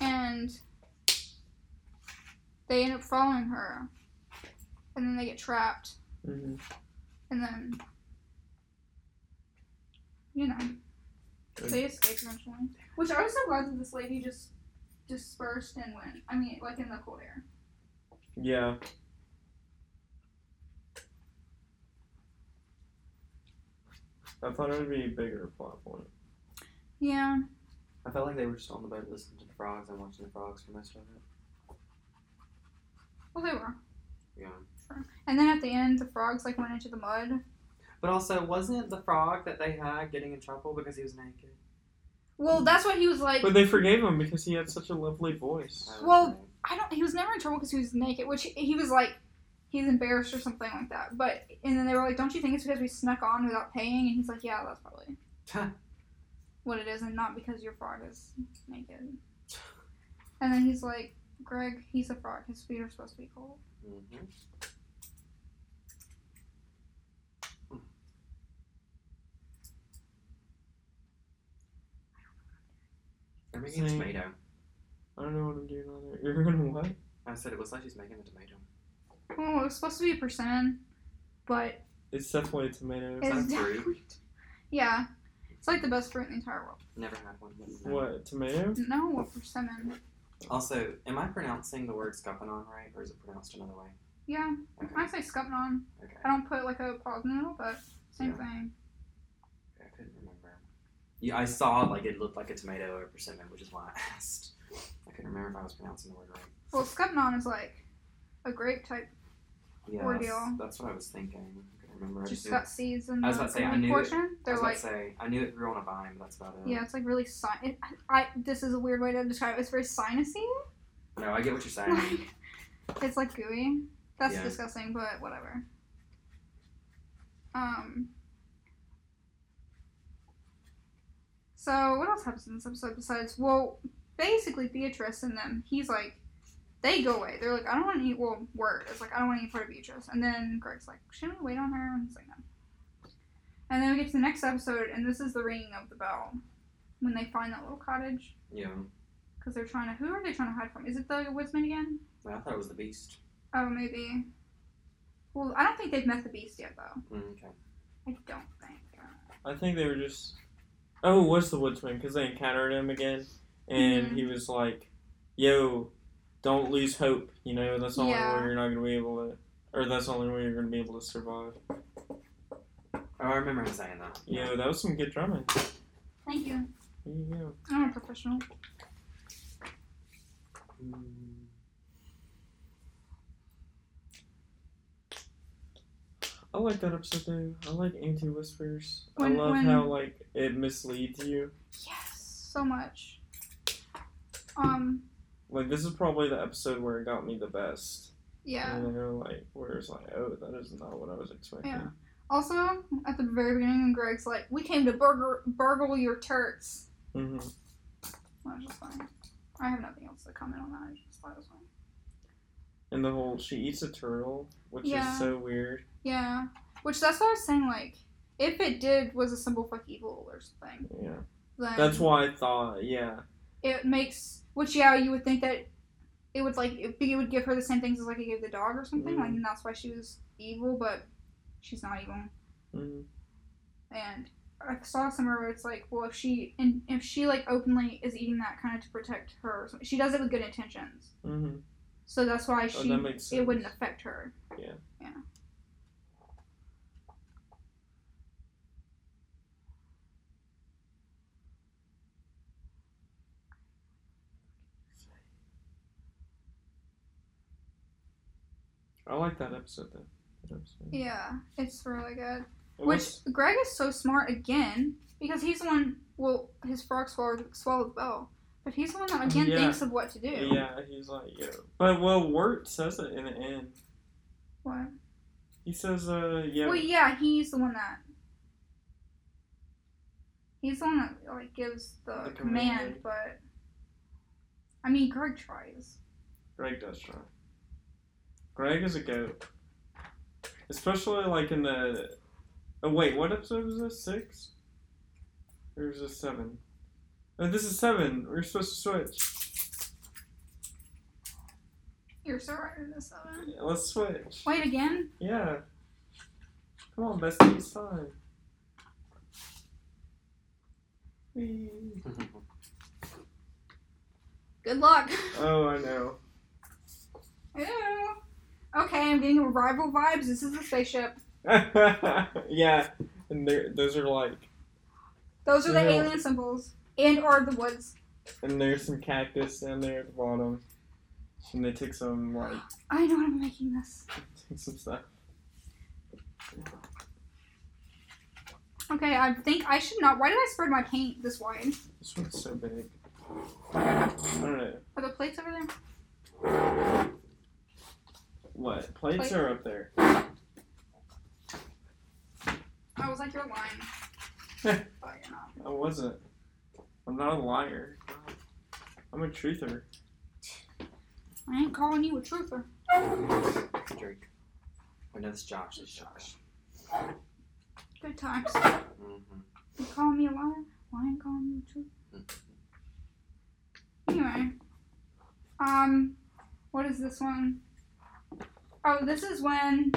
B: And they end up following her, and then they get trapped,
A: hmm
B: and then you know. They escaped eventually. Which I was so glad that this lady just dispersed and went. I mean, like in the cold air.
A: Yeah. I thought it would be a bigger plot point.
B: Yeah.
C: I felt like they were just on the boat listening to the frogs and watching the frogs for most of it.
B: Well, they were.
C: Yeah.
B: And then at the end, the frogs like went into the mud.
C: But also, wasn't the frog that they had getting in trouble because he was naked?
B: Well, that's what he was like.
A: But they forgave him because he had such a lovely voice.
C: I don't
B: Well,
C: know.
B: I don't. He was never in trouble because he was naked, which he was like, he's embarrassed or something like that. But and then they were like, "Don't you think it's because we snuck on without paying?" And he's like, "Yeah, that's probably what it is, and not because your frog is naked." And then he's like, "Greg, he's a frog. His feet are supposed to be cold."
C: Mhm. They're making a
A: Same.
C: tomato.
A: I don't know what I'm doing on there. You're gonna what?
C: I said it was like she's making a tomato.
B: Oh, it was supposed to be a percent, but
A: It's definitely a tomato.
C: that
B: it's
C: a fruit?
B: definitely. Yeah, it's like the best fruit in the entire world.
C: Never had one. wouldn't know.
A: What tomato?
B: No, a persimmon.
C: Also, am I pronouncing the word scuppernong right, or is it pronounced another way?
B: Yeah, I
C: Okay.
B: say scuppernong.
C: Okay.
B: I don't put like a pause in the middle, but same
C: Yeah.
B: thing.
C: I couldn't remember. Yeah, I saw like it looked like a tomato or a persimmon, which is why I asked. I couldn't remember if I was pronouncing the word right.
B: Well, scuppernong is like a grape type.
C: Yes,
B: Ordeal.
C: that's what I was thinking. I couldn't remember. I just
B: Just
C: knew-
B: got seeds in the
C: I was about to say, I
B: green
C: knew it-
B: portion.
C: I
B: They're
C: was about
B: like,
C: to say I knew it grew on a vine, but that's about it.
B: yeah, it's like really si- it, I this is a weird way to describe it. It's very sinusy.
C: No, I get what you're saying.
B: Like, it's like gooey. That's
C: Yeah.
B: disgusting, but whatever. Um. So what else happens in this episode besides? Well, basically Beatrice and them. He's like, they go away. They're like, I don't want to eat. Well, word is like, I don't want to eat part of Beatrice. And then Greg's like, should we wait on her? And he's like, no. And then we get to the next episode, and this is the ringing of the bell when they find that little cottage
C: yeah.
B: because they're trying to. Who are they trying to hide from? Is it the woodsman again?
C: I thought it was the beast.
B: Oh, maybe. Well, I don't think they've met the beast yet, though.
C: Mm, okay.
B: I don't think.
A: I think they were just. Oh, it was the woodsman because they encountered him again, and
B: Mhm.
A: he was like, "Yo, don't lose hope. You know that's the only
B: Yeah.
A: way you're not gonna be able to, or that's the only way you're gonna be able to survive."
C: Oh, I remember him saying that.
A: Yo, that was some good drumming.
B: Thank you.
A: There you go.
B: I'm a professional.
C: Mm.
A: I like that episode though. I like anti whispers. I
B: When-
A: love
B: when-
A: how like it misleads you.
B: Yes, so much. Um,
A: Like this is probably the episode where it got me the best.
B: yeah.
A: You know, like where it's like, oh, that is not what I was expecting.
B: Yeah. Also, at the very beginning, when Greg's like, "We came to burger, burgle your turts."
A: hmm
B: That was just funny. I have nothing else to comment on that. I just thought it was funny.
A: And the whole she eats a turtle, which
B: Yeah.
A: is so weird.
B: Yeah, which that's what I was saying. Like, if it did was a symbol for like evil or something,
A: Yeah.
B: then
A: That's why I thought, yeah.
B: it makes. Which yeah, you would think that it would like it, it would give her the same things as like it gave the dog or something. Like,
A: Mm.
B: and that's why she was evil, but she's not evil.
A: Mhm.
B: And I saw somewhere where it's like, well, if she and if she like openly is eating that kind of to protect her, or something, she does it with good intentions.
A: Mhm.
B: So that's why
A: Oh,
B: she
A: that makes sense.
B: it wouldn't affect her.
A: Yeah.
B: Yeah.
A: I like that episode though. That episode.
B: Yeah, it's really good.
A: It
B: Which
A: was-
B: Greg is so smart again because he's the one. Well, his frog swallowed swallowed Belle, but he's the one that again
A: Yeah.
B: thinks of what to do.
A: yeah, he's like, yo. But well, Wirt says it in the end.
B: What?
A: He says, uh, yeah.
B: Well, yeah, he's the one that. He's the one that like gives the,
A: The
B: command,
A: command.
B: but. I mean, Greg tries.
A: Greg does try. Greg is a goat. Especially like in the. Oh wait, what episode was this? Six? Or is this seven? No, this is seven. We're supposed to switch.
B: You're so right in this one.
A: Yeah, let's switch.
B: Wait again?
A: Yeah. Come on, bestie, it's time. Whee.
B: Good luck.
A: Oh, I know.
B: Ew. Okay, I'm getting rival vibes. This is the spaceship.
A: yeah, and they're- those are like,
B: Those are the
A: Yeah.
B: alien symbols. And or the woods.
A: and there's some cactus down there at the bottom, and they take some like
B: I know I'm making this.
A: take some stuff.
B: Okay, I think I should not. Why did I spread my paint this wide?
A: This one's so big. I don't know.
B: Are the plates over there?
A: What plates
B: Plate?
A: are up there?
B: I was like, you're lying.
A: Heh.
B: but you're not.
A: I wasn't. I'm not a liar. I'm a truther.
B: I ain't calling you a truther.
C: Drake. Oh no, this Josh. It's Josh.
B: Good times.
C: Mm-hmm.
B: You call me a liar? Why ain't calling you a truther? Anyway, um, what is this one? Oh, this is when.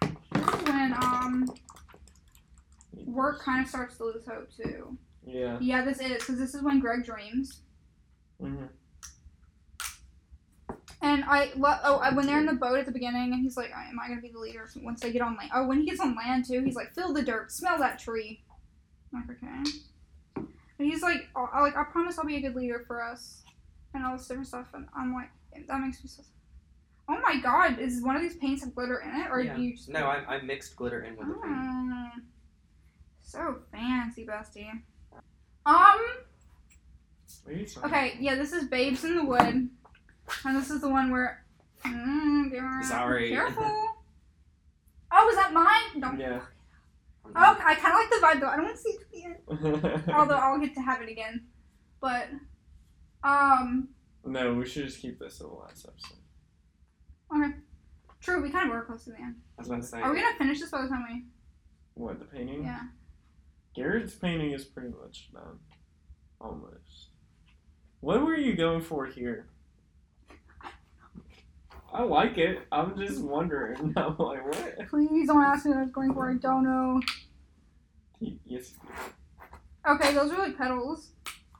B: This is when um work kind of starts to lose hope too.
A: Yeah.
B: Yeah, this is because this is when Greg dreams.
A: hmm
B: And I love oh I, when they're in the boat at the beginning and he's like, "I- "Am I gonna be the leader once they get on land?" Oh, when he gets on land too, he's like, "Feel the dirt, smell that tree." I'm like, okay. And he's like, oh, I, "Like I promise I'll be a good leader for us," and all this different stuff. And I'm like, that makes me so. Oh my God! Is one of these paints have glitter in it, or
C: Yeah.
B: you just
C: No, I, I mixed glitter in with the paint.
B: Oh, so fancy, bestie. Um. Okay, yeah, this is Babes in the Wood. And this is the one where. Mm, they were-
C: Sorry.
B: Careful. Oh, is that mine? No.
A: Yeah.
B: Oh, I kind of like the vibe though. I don't want to see it to the end. Although
A: Okay.
B: I'll get to have it again. But. Um.
A: no, we should just keep this to the last episode.
B: True, we kind of were close to the end.
C: I was gonna say.
B: Are we gonna finish this by the time
A: What the painting?
C: Mm-hmm.
B: we? Yeah.
A: Garrett's painting is pretty much done, almost. What were you going for here? I like it. I'm just wondering. I'm like, what?
B: Please don't ask me what I was going for. I don't know.
A: Yes,
B: Okay, those are like petals.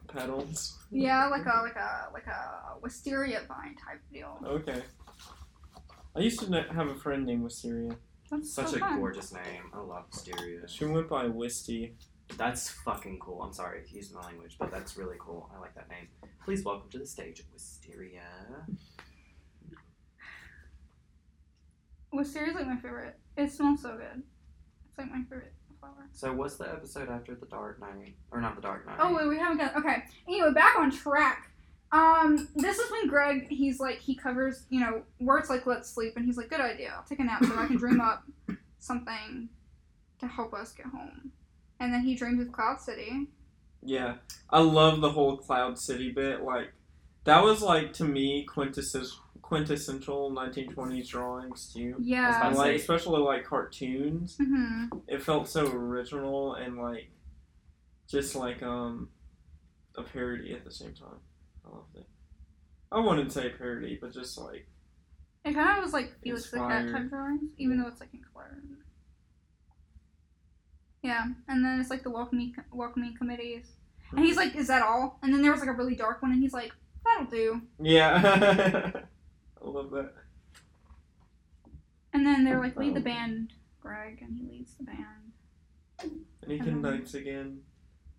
A: petals.
B: Yeah, like a like a like a wisteria vine type deal.
A: Okay. I used to kn- have a friend named Wisteria.
B: That's
C: Such
B: so
C: a
B: fun.
C: gorgeous name. I love Wisteria.
A: She went by Wisty.
C: That's fucking cool. I'm sorry, excuse my language, but that's really cool. I like that name. Please welcome to the stage, Wisteria.
B: was seriously my favorite. It smells so good. It's like my favorite flower.
C: So, what's the episode after the Dark Knight? Or not the Dark Knight?
B: Oh wait, we haven't got okay. Anyway, back on track. Um, this is when Greg he's like he covers you know words like let's sleep and he's like good idea. I'll take a nap so I can dream up something to help us get home. And then he dreams of Cloud City.
A: Yeah, I love the whole Cloud City bit. Like, that was like to me quintesses- quintessential 1920s drawings too.
C: I
B: Yeah.
C: was
A: like
C: say-
A: especially like cartoons.
B: Mm-hmm.
A: It felt so original and like just like um a parody at the same time. I loved it. I wouldn't say parody, but just like
B: It kind of was like Felix the Cat
A: Inspired.
B: type drawings, even though it's like in color. Yeah, and then it's like the welcoming welcoming committees, and he's like, "Is that all?" And then there was like a really dark one, and he's like, "That'll do."
A: yeah. I love that.
B: And then they're like, "Lead the band, Greg," and he leads the band.
A: And he
B: I don't know.
A: conducts again.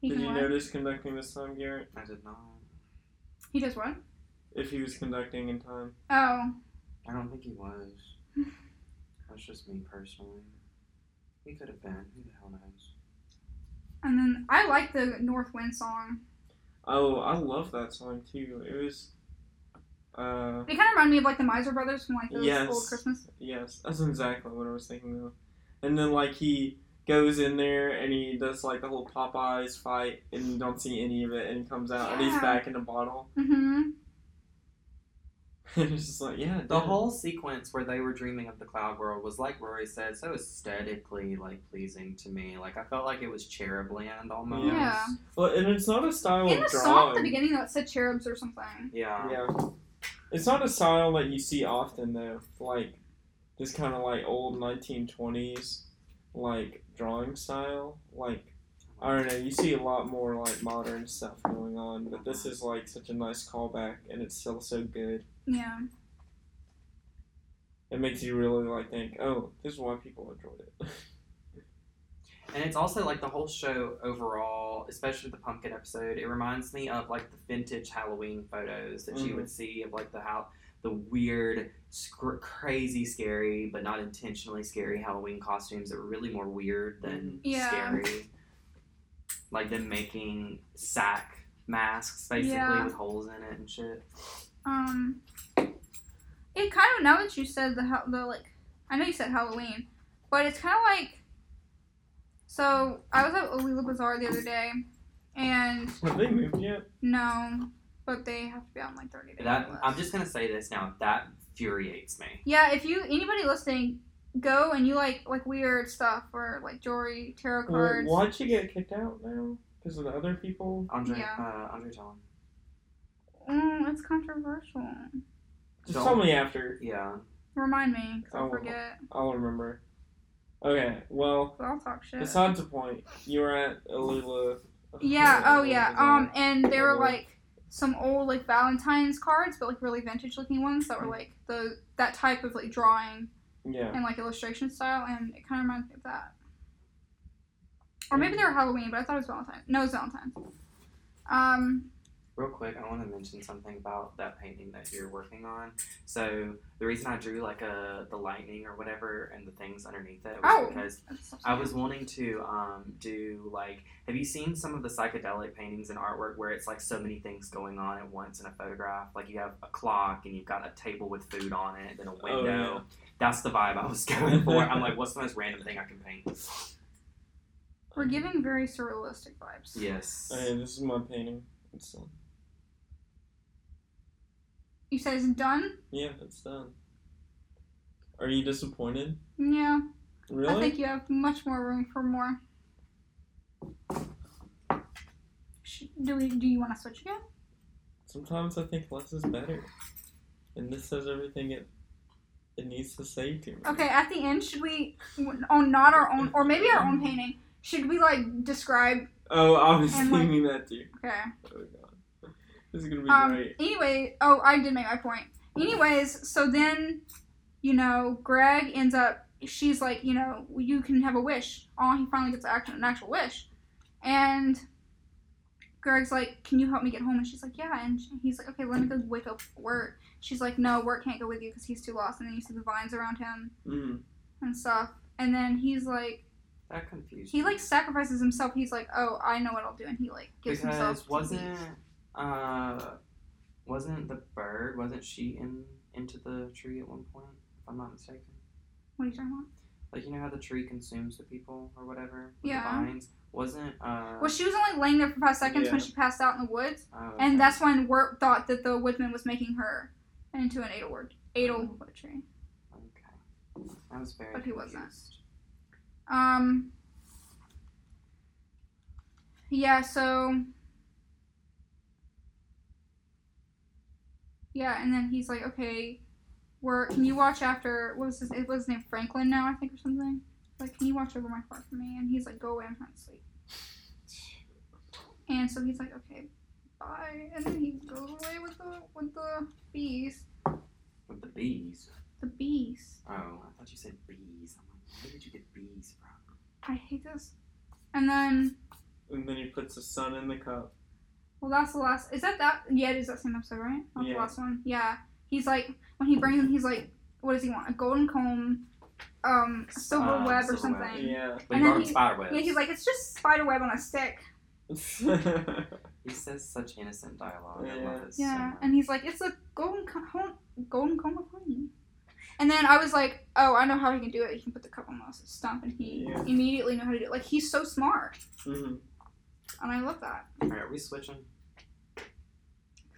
B: He
A: Did
B: can
A: you
B: what?
A: notice conducting this time, Garrett?
C: I did not.
B: He does what?
A: If he was conducting in time.
B: Oh,
C: I don't think he was. That's just me personally. He could have been. Who the hell knows?
B: and then I like the North Wind song.
A: Oh, I love that song too. It was uh
B: It kind of reminded me of like the Miser Brothers from like those
A: Yes.
B: old Christmas.
A: yes, that's exactly what I was thinking of. And then like he goes in there and he does like the whole Popeyes fight and you don't see any of it and he comes out and he's
B: Yeah.
A: back in a bottle.
B: Mm-hmm.
A: And it's just like, yeah,
C: The
A: dude.
C: whole sequence where they were dreaming of the cloud world was, like Rory said, so aesthetically like pleasing to me. Like I felt like it was cherub land almost.
B: Yeah.
A: Well and it's not a style
B: In the
A: of
B: song at the
A: drawing.
B: beginning, that said cherubs or something.
C: Yeah.
A: Yeah. It's not a style that you see often though. Like this kind of like old 1920s like drawing style. Like I don't know, you see a lot more like modern stuff going on, but this is like such a nice callback and it's still so good.
B: Yeah.
A: It makes you really like think, "Oh, this is why people enjoyed it."
C: And it's also like the whole show overall, especially the pumpkin episode. It reminds me of like the vintage Halloween photos that you
A: Mhm.
C: would see of like the how the weird, sc- crazy, scary, but not intentionally scary Halloween costumes that were really more weird than
B: Yeah.
C: scary. Like them making sack masks basically
B: Yeah.
C: with holes in it and shit.
B: Um, it kind of now that you said the ha- the like, I know you said Halloween, but it's kind of like. So I was at Alila Bazaar the other day, and
A: Have they moved yet?
B: no, but they have to be out in like thirty days.
C: That
B: or less.
C: I'm just gonna say this now. That infuriates me.
B: Yeah, if you anybody listening, go and you like like weird stuff or like jewelry, tarot
A: Well,
B: cards.
A: why'd she get kicked out now? Because of the other people?
C: Andre,
B: Yeah.
C: uh, Andre, tell him.
B: Mm, it's controversial.
A: Just
C: Don't-
A: tell me after.
C: Yeah.
B: Remind me, cause I'll
A: Oh.
B: forget.
A: I'll remember. Okay, well,
B: But I'll talk shit.
A: Besides the point, you were at Alula.
B: Yeah, oh yeah. Um and they were
A: Or-
B: like some old like Valentine's cards, but like really vintage looking ones that were like the that type of like drawing
A: Yeah.
B: and like illustration style and it kinda reminds me of that. Or maybe they were Halloween, but I thought it was Valentine's. No, it was Valentine's. Um
C: Real quick, I want to mention something about that painting that you're working on. So the reason I drew like a the lightning or whatever and the things underneath it was
B: Oh.
C: because
B: that's so
C: I was wanting to um, do like have you seen some of the psychedelic paintings and artwork where it's like so many things going on at once in a photograph? Like you have a clock and you've got a table with food on it and a window.
A: yeah.
C: That's the vibe I was going for. I'm like, what's the most random thing I can paint?
B: we're giving very surrealistic vibes.
C: Yes.
A: Okay, this is my painting. It's done.
B: You said it's done?
A: Yeah, it's done. Are you disappointed?
B: Yeah.
A: Really?
B: I think you have much more room for more. Sh- Do we do you wanna switch again?
A: Sometimes I think less is better. And this says everything it it needs to say to me.
B: Okay, at the end, should we, on not our own, or maybe our own painting, should we like describe?
A: Oh, I was
B: And, like-
A: thinking that too.
B: Okay.
A: Oh god. This is gonna be
B: Um.
A: great.
B: Anyway, oh, I did make my point. Anyways, so then, you know, Greg ends up she's like, you know, you can have a wish. Oh, he finally gets act- an actual wish. And Greg's like, can you help me get home? And she's like, yeah. And sh- he's like, okay, let me go wake up Wirt. She's like, no, Wirt can't go with you because he's too lost. And then you see the vines around him
A: Mm.
B: and stuff. And then he's like,
C: That confused
B: he
C: me.
B: like sacrifices himself. He's like, oh, I know what I'll do. And he like gives himself.
C: because
B: to
C: wasn't
B: the-
C: uh wasn't the bird wasn't she in into the tree at one point if I'm not mistaken
B: What are you talking about?
C: like you know how the tree consumes the people or whatever with
B: Yeah.
C: the vines wasn't uh
B: Well, she was only laying there for five seconds when
A: Yeah.
B: she passed out in the woods,
C: oh, okay.
B: and that's when Wirt thought that the woodman was making her into an Adelward, Adelwood tree.
C: okay I was very
B: But he wasn't.
C: confused.
B: Um. Yeah. So. Yeah, and then he's like, "Okay, Wirt, can you watch after what was his? It was his name Franklin now, I think, or something. Like, can you watch over my car for me?" And he's like, "Go away, I'm trying to sleep." And so he's like, "Okay, bye," and then he goes away with the with the bees,
C: with the bees
B: the bees.
C: oh I thought you said bees I'm like where did you get bees from
B: I hate this. And then
A: And then he puts the sun in the cup.
B: Well, that's the last. Is that that? Yeah, it is that same episode, right? That's
A: Yeah.
B: the last one. Yeah. He's like when he brings him. He's like, what does he want? A golden comb, um, a silver
C: Uh,
B: web or
C: silver web.
B: something.
A: Yeah.
B: And
C: but you
B: then
C: brought
B: he-
C: spider webs
B: Yeah, he's like, it's just spider web on a stick.
C: he says such innocent dialogue I
A: Yeah.
C: love it so
B: Yeah,
C: much.
B: and he's like, it's a golden comb, golden comb of honey. And then I was like, oh, I know how he can do it. He can put the cup on Mouse's stump, and he
A: Yeah.
B: immediately know how to do it. Like he's so smart,
A: Mhm.
B: and I love that.
C: all right are we switching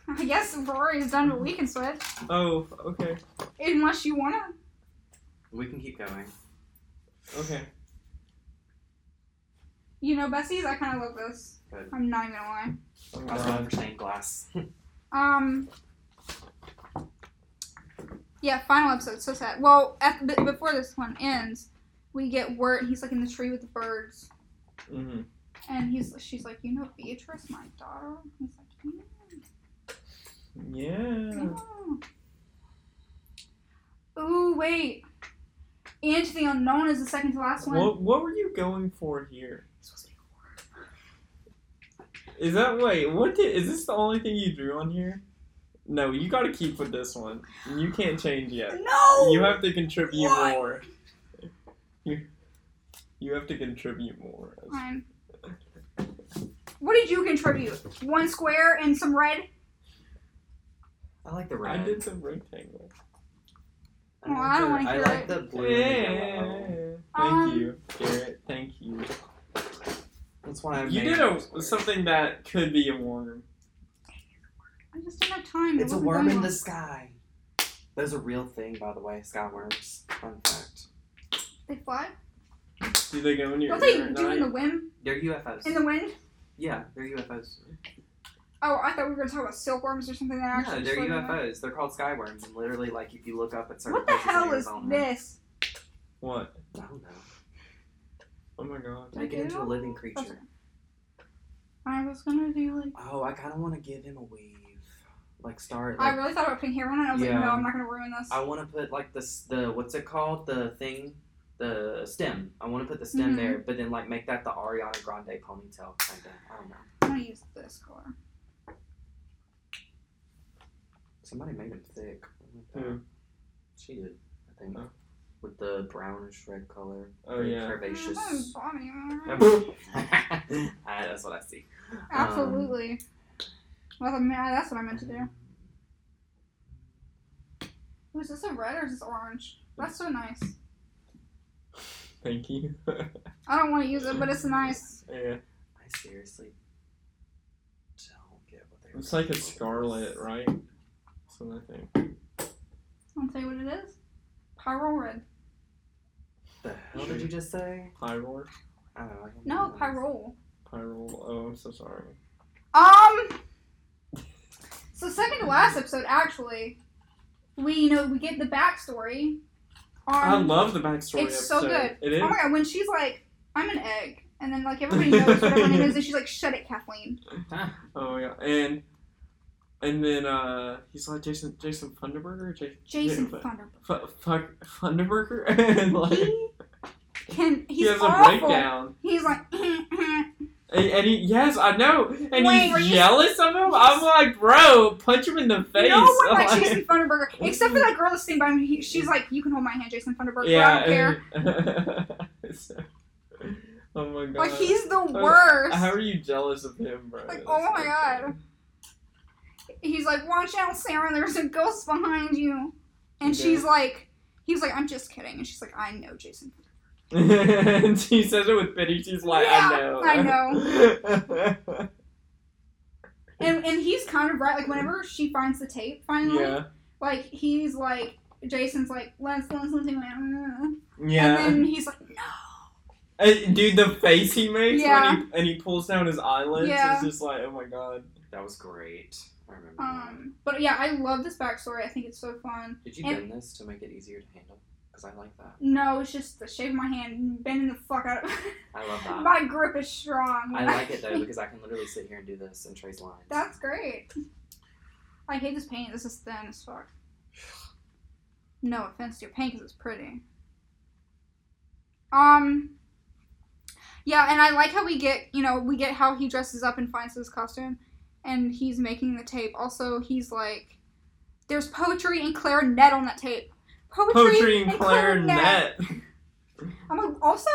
B: I guess Rory's done,
C: Mm-hmm.
B: but we can switch
A: Oh, okay.
B: unless you wanna.
C: we can keep going
A: Okay.
B: You know, Bessie's. I kind of love this.
C: Good.
B: I'm not even gonna lie.
A: Oh,
C: I was going
A: God.
C: for stained glass
B: Um. Yeah, final episode. So sad. Well, at, b- before this one ends, we get Wirt. He's like in the tree with the birds,
A: Mhm.
B: and he's she's like, you know, Beatrice, my daughter. He's like,
A: Yeah.
B: yeah. Ooh, wait. Into the unknown is the second to last one.
A: What What were you going for here?
B: It's supposed to be horror.
A: Is that wait? What did, is this the only thing you drew on here? No, you got to keep with this one. You can't change yet.
B: No.
A: You have to contribute
B: Why?
A: more. You You have to contribute more.
B: Fine. What did you contribute? One square and some red.
C: I like the
A: I
C: red
A: did some rectangle.
C: I
B: Well,
C: like
B: I don't
C: the-
B: wanna hear
C: I like
B: it.
C: the blue and the yellow.
A: Yeah. Thank
B: Um,
A: you, Garrett. Thank you.
C: That's why I
A: You
C: made
A: did
C: it
A: a, something that could be a worm.
B: I just don't have time. It
C: It's a
B: wasn't
C: worm
B: going
C: in
B: well.
C: the sky. Those are real thing, by the way. Sky worms. Fun fact.
B: They fly.
A: Do they go in your
B: Don't they
A: ear at
B: do in the
A: night?
B: wind?
C: They're UFOs.
B: In the wind?
C: yeah, they're UFOs.
B: Oh, I thought we were gonna talk about silkworms or something that actually.
C: No, they're
B: swim around.
C: UFOs. They're called sky worms. And literally, like, if you look up at certain
B: What the
C: places in
B: hell is
C: Arizona-
B: this?
A: What?
C: I don't know.
A: Oh my god.
C: Make it into a living creature.
B: I was gonna do like.
C: Oh, I kind of want to give him a weave. Like, start.
B: I
C: Like,
B: really thought about putting hair on it. and I was
C: Yeah.
B: like, no, I'm not gonna ruin this.
C: I want to put like this the what's it called the thing the stem. I want to put the stem
B: Mhm.
A: Mm-hmm.
C: there, but then like make that the Ariana Grande ponytail kind of. I don't know.
B: I'm gonna use this color.
C: Somebody made him thick.
A: Who?
C: She did, I think.
A: Oh.
C: With the brownish red color.
A: Oh
C: the
A: yeah.
B: Mm,
C: Curvaceous. Bobby,
B: that was
C: Ah, that's what I see.
B: Bonnie. Absolutely. well, I mean, that's what I meant to do. Ooh, is this a red or is this orange? That's so nice.
A: Thank you.
B: I don't want to use it, but it's nice.
A: yeah.
C: I seriously don't get what they're
A: It's like a scarlet, right? That's what I think.
B: I'll tell you what it is. Pyrrole red.
C: The hell did you just say?
A: Pyror?
C: I don't know. I can't
B: No,
C: remember.
B: pyrrole.
A: Pyrol. Oh, I'm so sorry.
B: Um. So second to last episode, actually, we you know we get the backstory. On,
A: I love the backstory
B: Um, it's so
A: episode.
B: good.
A: It
B: Oh
A: is.
B: my god, when she's like, "I'm an egg," and then like everybody knows what her name is, and she's like, "Shut it, Kathleen."
A: Oh yeah, and And then uh, he's like Jason Jason Funderburger, Jason,
B: Jason
A: Fu-
B: Thunderbolt.
A: Fu- Fuck- Funderburger, and like
B: He can. He's
A: he has
B: awful.
A: a breakdown.
B: He's like, "Mm,
A: And, and he yes, I know, and
B: Wait, were
A: he's
B: you-
A: jealous of him. I'm like, bro, punch him in the face. Oh,
B: no one likes
A: Like,
B: Jason Thunderburger except for that girl that's sitting by me. He, she's like, you can hold my hand, Jason Thunderburger. I don't care.
A: yeah. and- oh my god.
B: Like he's the
A: Oh,
B: worst.
A: How are you jealous of him, bro?
B: Like, oh my God. he's like, watch out, Sarah, there's a ghost behind you. And
A: Yeah.
B: she's like, he's like, I'm just kidding. And she's like, I know, Jason.
A: and she says it with pity. She's like,
B: Yeah,
A: I
B: I
A: know.
B: And and he's kind of right. Like whenever she finds the tape finally,
A: yeah.
B: like he's like, Jason's like, let's let's let's do it.
A: Yeah.
B: And then he's like, no.
A: Uh, dude, the face he makes
B: Yeah.
A: when he and he pulls down his eyelids
B: Yeah.
A: is just like, oh my god.
C: That was great. I remember that.
B: Um, but yeah, I love this backstory. I think it's so fun.
C: Did you
B: and-
C: bend this to make it easier to handle? Because I like that.
B: No, it's just the shape of my hand and bending the fuck out of
C: I love that.
B: My grip is strong.
C: I like it though because I can literally sit here and do this and trace lines.
B: That's great. I hate this paint. This is thin as fuck. No offense to your paint 'cause it's pretty. Um. Yeah, and I like how we get, you know, we get how he dresses up and finds his costume, and he's making the tape. Also, he's like, there's poetry and clarinet on that tape. Poetry,
A: Poetry and
B: clarinet.
A: clarinet.
B: I'm like, also,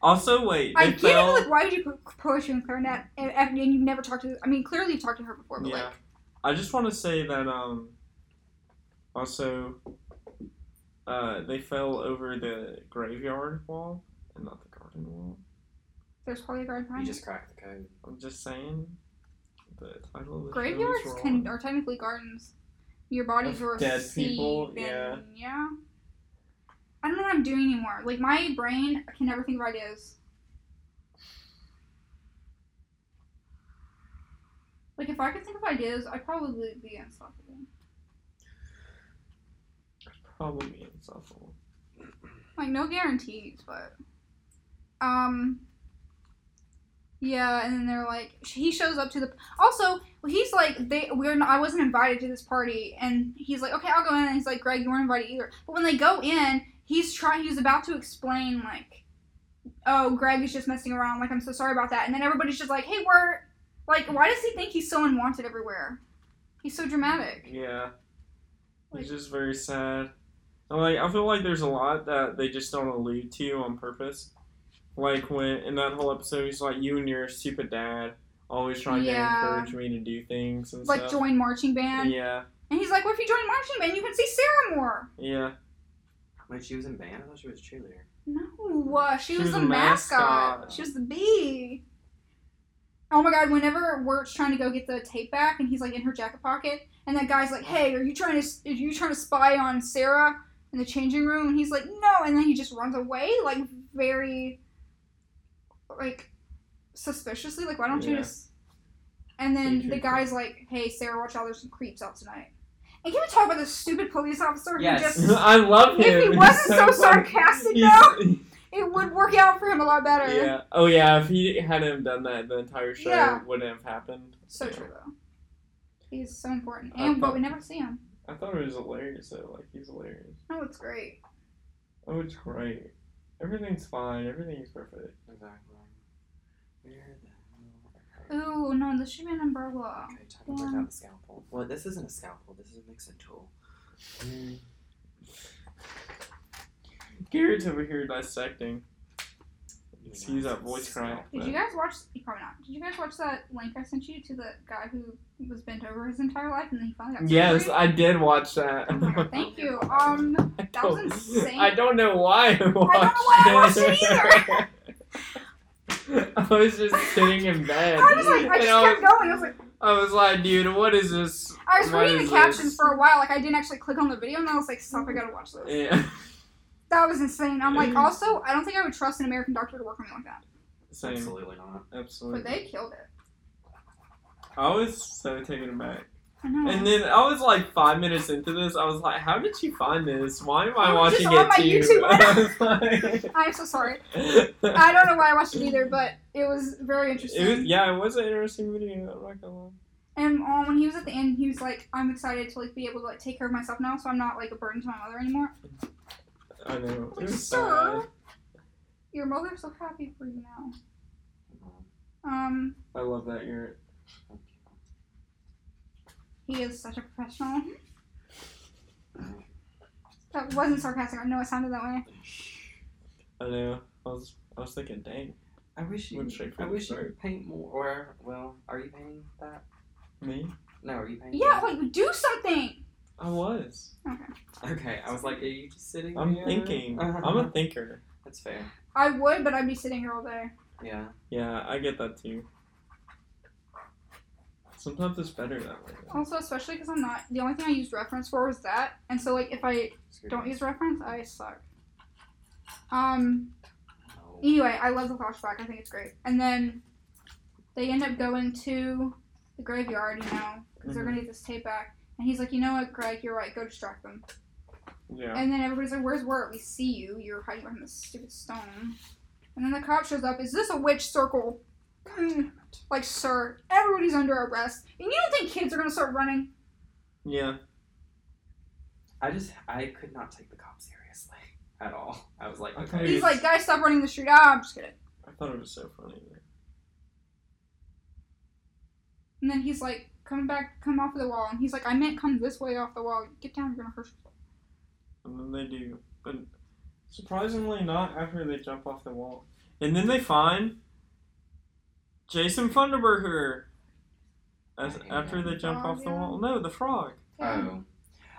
A: Also, wait,
B: I
A: they
B: get
A: fell.
B: it. Like, why would you put poetry and clarinet? And, and you've never talked to. I mean, clearly you've talked to her before, but
A: yeah.
B: like,
A: I just want to say that um. Also. Uh, they fell over the graveyard wall and not the garden wall.
B: there's probably a guard behind.
C: You
B: it.
C: just cracked the code.
A: I'm just saying. The title of the show is
B: Graveyards
A: wrong.
B: can are technically gardens. Your bodies
A: Of
B: were
A: dead people, yeah.
B: yeah. I don't know what I'm doing anymore. Like my brain can never think of ideas. Like if I could think of ideas, I'd probably be unstoppable.
A: probably insufferable.
B: Like no guarantees, but um yeah, and then they're like he shows up to the also he's like they we're not, I wasn't invited to this party and he's like okay I'll go in and he's like Greg you weren't invited either but when they go in he's trying he's about to explain like oh Greg is just messing around like I'm so sorry about that and then everybody's just like hey we're like why does he think he's so unwanted everywhere he's so dramatic
A: Yeah.
B: Like-
A: It's just very sad. And like I feel like there's a lot that they just don't allude to on purpose. Like when in that whole episode he's like, You and your stupid dad always trying
B: Yeah.
A: to encourage me to do things and
B: like
A: stuff.
B: join marching band
A: yeah,
B: and he's like well if you join marching band you can see Sarah more
A: yeah.
C: When she was in band, I thought she was a cheerleader.
B: No, uh, she, was,
A: was
B: the
A: the
B: mascot.
A: mascot.
B: She was the bee. Oh my god, whenever Wirt's trying to go get the tape back and he's like in her jacket pocket, and that guy's like, Hey, are you trying to are you trying to spy on Sarah in the changing room? And he's like, No, and then he just runs away, like very like suspiciously, like why don't you
A: Yeah.
B: just and then
A: Creep,
B: the
A: creep,
B: guy's like, Hey Sarah, watch out, there's some creeps out tonight. And can we talk about this stupid police officer who
C: Yes.
B: just
A: I love him.
B: If he
A: He's
B: wasn't so
A: funny.
B: sarcastic,
A: He's-
B: it would work out for him a lot better.
A: Yeah. Oh yeah, if he hadn't done that the entire show
B: Yeah.
A: wouldn't have happened.
B: So
A: Yeah.
B: true though. He's so important,
A: I
B: and but
A: thought-
B: we never see him.
A: I thought it was hilarious though, like he's hilarious.
B: No, it's great.
A: Oh it's great. Everything's fine, everything's perfect.
C: Exactly. Where the hell?
B: Ooh, no, this should be an umbrella.
C: Okay, time to break out the scalpel. Well, this isn't a scalpel. This is a mixing tool. Mm,
A: Garrett's over here dissecting.
C: you
A: See
C: know,
A: that voice crack.
B: Did you guys watch? You probably not. Did you guys watch that link I sent you to the guy who was bent over his entire life and then he finally got
A: Yes,
B: surgery?
A: I did watch that.
B: Oh my God, Thank you. Um, that was insane.
A: I don't know why I watched
B: why I watched it
A: either. I was just sitting in bed.
B: I was like, I
A: and
B: just
A: I,
B: kept
A: was,
B: going. I was like,
A: I was like, dude, what is this?
B: I was
A: What
B: reading
A: is
B: the captions
A: this?
B: for a while. Like, I didn't actually click on the video, and I was like, stop. I gotta watch this.
A: Yeah.
B: That was insane. I'm like,
A: Mhm.
B: also, I don't think I would trust an American doctor to work on me like that.
A: Same.
C: Absolutely not.
A: Absolutely.
B: But they killed it.
A: I was so taken aback.
B: I know.
A: And then I was like five minutes into this, I was like, how did you find this? Why am I
B: It was
A: watching
B: just
A: it
B: on my
A: too?
B: YouTube.
A: I
B: I'm so sorry.
A: was like
B: I don't know why I watched it either, but it was very interesting.
A: It was yeah, it was an interesting video. I'm not gonna lie.
B: and um, when he was at the end, he was like, "I'm excited to like be able to like take care of myself now, so I'm not like a burden to my mother anymore."
A: I know. It
B: Like,
A: was
B: sir,
A: sad.
B: your mother's so happy for you now.
A: Mm-hmm.
B: Um,
A: I love that you're.
B: he is such a professional. that wasn't sarcastic. I know it sounded that way.
A: I know. I was. I was thinking, dang,
C: I wish you.
A: Wouldn't shake
C: I
A: from
C: wish you
A: the
C: could paint more. Or well, are you painting that?
A: me.
C: No, are you painting?
B: Yeah, like do something.
A: I was.
C: That? Okay, I was like, are you just sitting?
A: I'm
C: here?
A: thinking.
C: Uh-huh.
A: I'm a thinker.
C: That's fair.
B: I would, but I'd be sitting here all day.
C: Yeah.
A: Yeah, I get that too. Sometimes it's better that way. though.
B: Also, especially because I'm not the only thing I used reference for was that, and so like if I
C: Screw
B: don't
C: it.
B: use reference, I suck. Um,
C: No.
B: Anyway, I love the flashback. I think it's great. And then they end up going to the graveyard, you know, because they're gonna get this tape back. And he's like, you know what, Greg, you're right. Go distract them.
A: Yeah.
B: And then everybody's like, where's Wirt? We see you. You're hiding behind this stupid stone. And then the cop shows up. Is this a witch circle? Mm. Like, sir, everybody's under arrest. And you don't think kids are gonna start running?
A: Yeah.
C: I just I could not take the cop seriously at all. I was like,
A: I
C: okay.
A: thought
B: He's like, guys, stop running the street. Ah, I'm just kidding.
A: I thought it was so funny.
B: And then he's like, come back, come off of the wall. And he's like, I meant come this way off the wall. Get down, you're gonna hurt yourself.
A: And then they do. But surprisingly not after they jump off the wall. And then they find Jason Funderburger. As, after they jump off the wall. No, the frog.
C: Oh.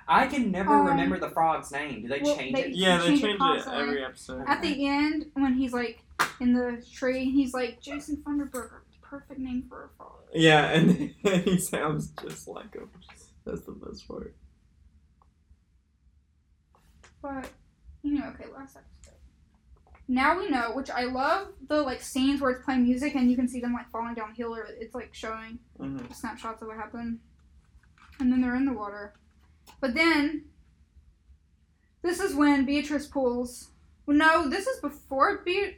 C: I can never
B: Um,
C: remember the frog's name. Do they
B: well,
C: change
B: they-
C: it?
A: Yeah, they
B: Change it
A: change it
B: constantly.
A: every episode.
B: At the end, when he's like in the tree, he's like Jason Funderburger, perfect name for a frog.
A: Yeah, and he sounds just like him. That's the best part.
B: But you know, okay, last episode. Now we know, which I love the like scenes where it's playing music and you can see them like falling downhill or it's like showing
A: Mm-hmm.
B: snapshots of what happened. And then they're in the water. But then this is when Beatrice pulls. Well, no, this is before Be.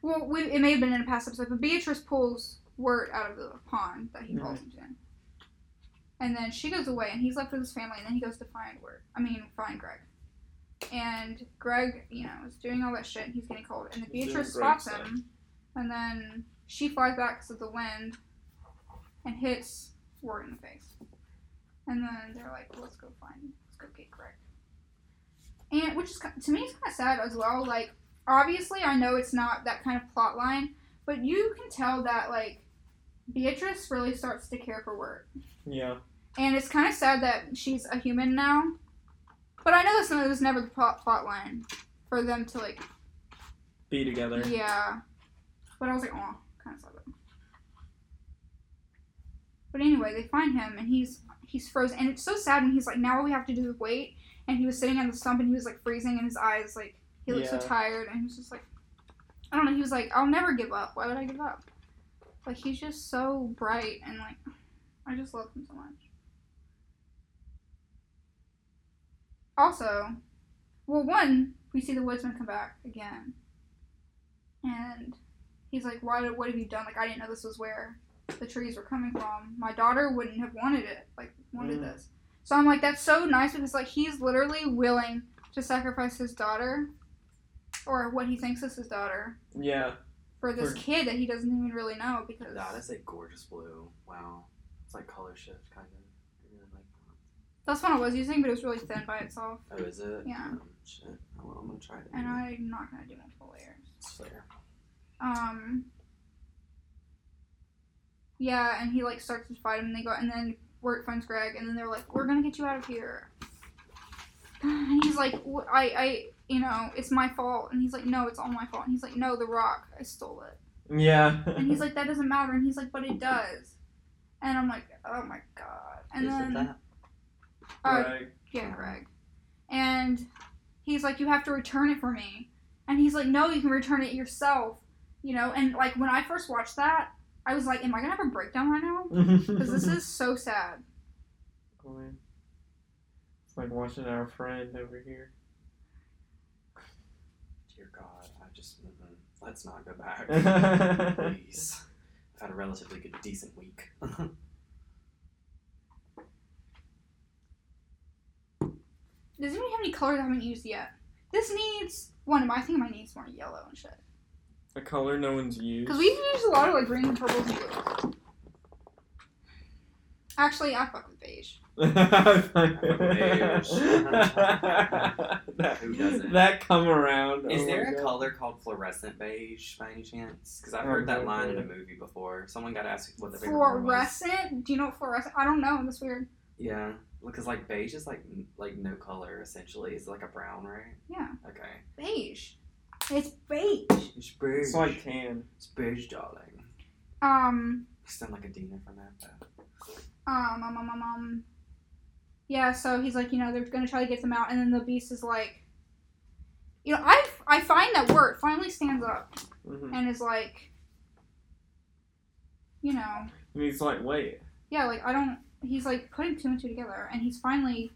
B: Well, we, it may have been in a past episode, but Beatrice pulls Wirt out of the pond that he falls into. And then she goes away, and he's left with his family, and then he goes to find Wirt. I mean, find Greg. And Greg, you know, is doing all that shit, and he's getting cold. And the
A: He's doing
B: Beatrice
A: great
B: spots
A: stuff.
B: him, and then she flies back because of the wind, and hits Wirt in the face. And then they're like, let's go find, let's go get Greg. And which is ki- to me, it's kind of sad as well. Like, obviously, I know it's not that kind of plot line, but you can tell that like Beatrice really starts to care for Wirt,
A: Yeah.
B: and it's kind of sad that she's a human now. But I know that's not, it was never the plot plot line for them to like,
A: Be together.
B: yeah. But I was like, oh, kind of sad. that. But anyway, they find him and he's he's frozen, and it's so sad. And he's like, now all we have to do is wait. And he was sitting on the stump and he was like freezing, and his eyes like he looked
A: Yeah.
B: so tired, and he was just like, I don't know. He was like, I'll never give up. Why would I give up? Like he's just so bright and like, I just love him so much. Also, well, one we see the woodsman come back again, and he's like, "Why? What have you done? Like I didn't know this was where." the trees were coming from. My daughter wouldn't have wanted it, like wanted
A: Mm.
B: this. So I'm like, that's so nice because like he's literally willing to sacrifice his daughter, or what he thinks is his daughter,
A: Yeah.
B: for this
A: For-
B: kid that he doesn't even really know because
C: That is a gorgeous blue. Wow. It's like color shift kind of. I really like
B: that's what I was using, but it was really thin by itself,
C: that. Oh, is it?
B: Yeah.
C: Um, shit. Oh, well, I'm gonna try it.
B: and I'm not gonna do multiple layers.
C: It's fair.
B: Um. Yeah, and he like starts to fight him, and they go, and then Wirt finds Greg, and then they're like, "We're gonna get you out of here." And he's like, "Wh- "I, I, you know, it's my fault." And he's like, "No, it's all my fault." And he's like, "No, the rock, I stole it."
A: Yeah.
B: And he's like, "That doesn't matter." And he's like, "But it does." And I'm like, "Oh my god!" And
C: Is
B: then
C: it that?
B: uh,
A: Like,
B: yeah, Greg. And he's like, You have to return it for me. And he's like, No, you can return it yourself. You know, and like when I first watched that, I was like, Am I gonna have a breakdown right now? Because this is so sad.
A: It's like watching our friend over here.
C: Dear God, I just. Mm-mm. Let's not go back.
A: yeah,
C: Please. I've had a relatively good, decent week.
B: Does anybody have any colors I haven't used yet? This needs one of my. I think mine needs more yellow and shit.
A: A color no one's used.
B: Cause we use a lot of like green and purples and blues. Actually, I fuck with beige.
A: that,
C: Who doesn't?
A: that come around.
C: Is
A: oh my
C: there a
A: God.
C: color called fluorescent beige by any chance? Because I've heard that line in a movie before. Someone got asked what the favorite color was.
B: Fluorescent? Do you know what fluorescent? I don't know. That's weird.
C: Yeah, because like beige is like n- like no color essentially. It's like a brown, right?
B: Yeah.
C: Okay.
B: Beige. It's beige.
C: It's beige.
A: It's like tan.
C: it's beige, darling.
B: Um.
C: You sound like a Dina from that.
B: Um. Um. Um. Um. um. Yeah. So he's like, you know, they're gonna try to get them out, and then the beast is like, you know, I I find that word finally stands up
A: Mhm.
B: and is like, you know,
A: And he's like, wait.
B: yeah, like I don't. He's like putting two and two together, and he's finally.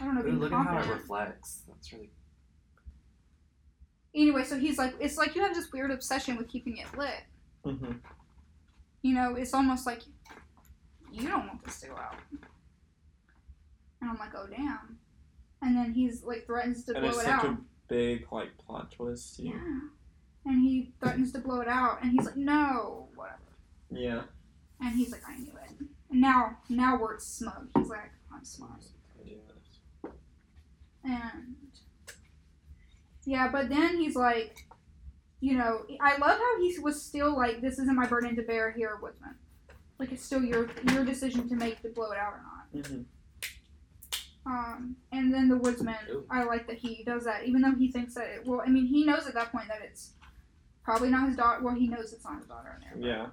B: I don't know.
C: Ooh,
B: Being
C: look at how it
B: confident.
C: reflects. That's really.
B: Anyway, so he's like, it's like you have this weird obsession with keeping it lit.
A: hmm
B: you know, it's almost like you don't want this to go out. And I'm like, oh damn. And then he's like threatens to
A: And
B: blow
A: it's
B: it
A: such
B: out.
A: a big like plot twist.
B: Yeah.
A: Yeah.
B: And he threatens to blow it out, and he's like, no, whatever.
A: yeah.
B: And he's like, I knew it. And now, now we're smug. He's like, I'm smart. And yeah, but then he's like, you know, I love how he was still like, this isn't my burden to bear here, Woodsman. Like it's still your your decision to make to blow it out or not.
A: Mhm.
B: Um, and then the woodsman,
C: Ooh.
B: I like that he does that, even though he thinks that it. Well, I mean, he knows at that point that it's probably not his daughter. Well, he knows it's not his daughter in there. but-
A: Yeah.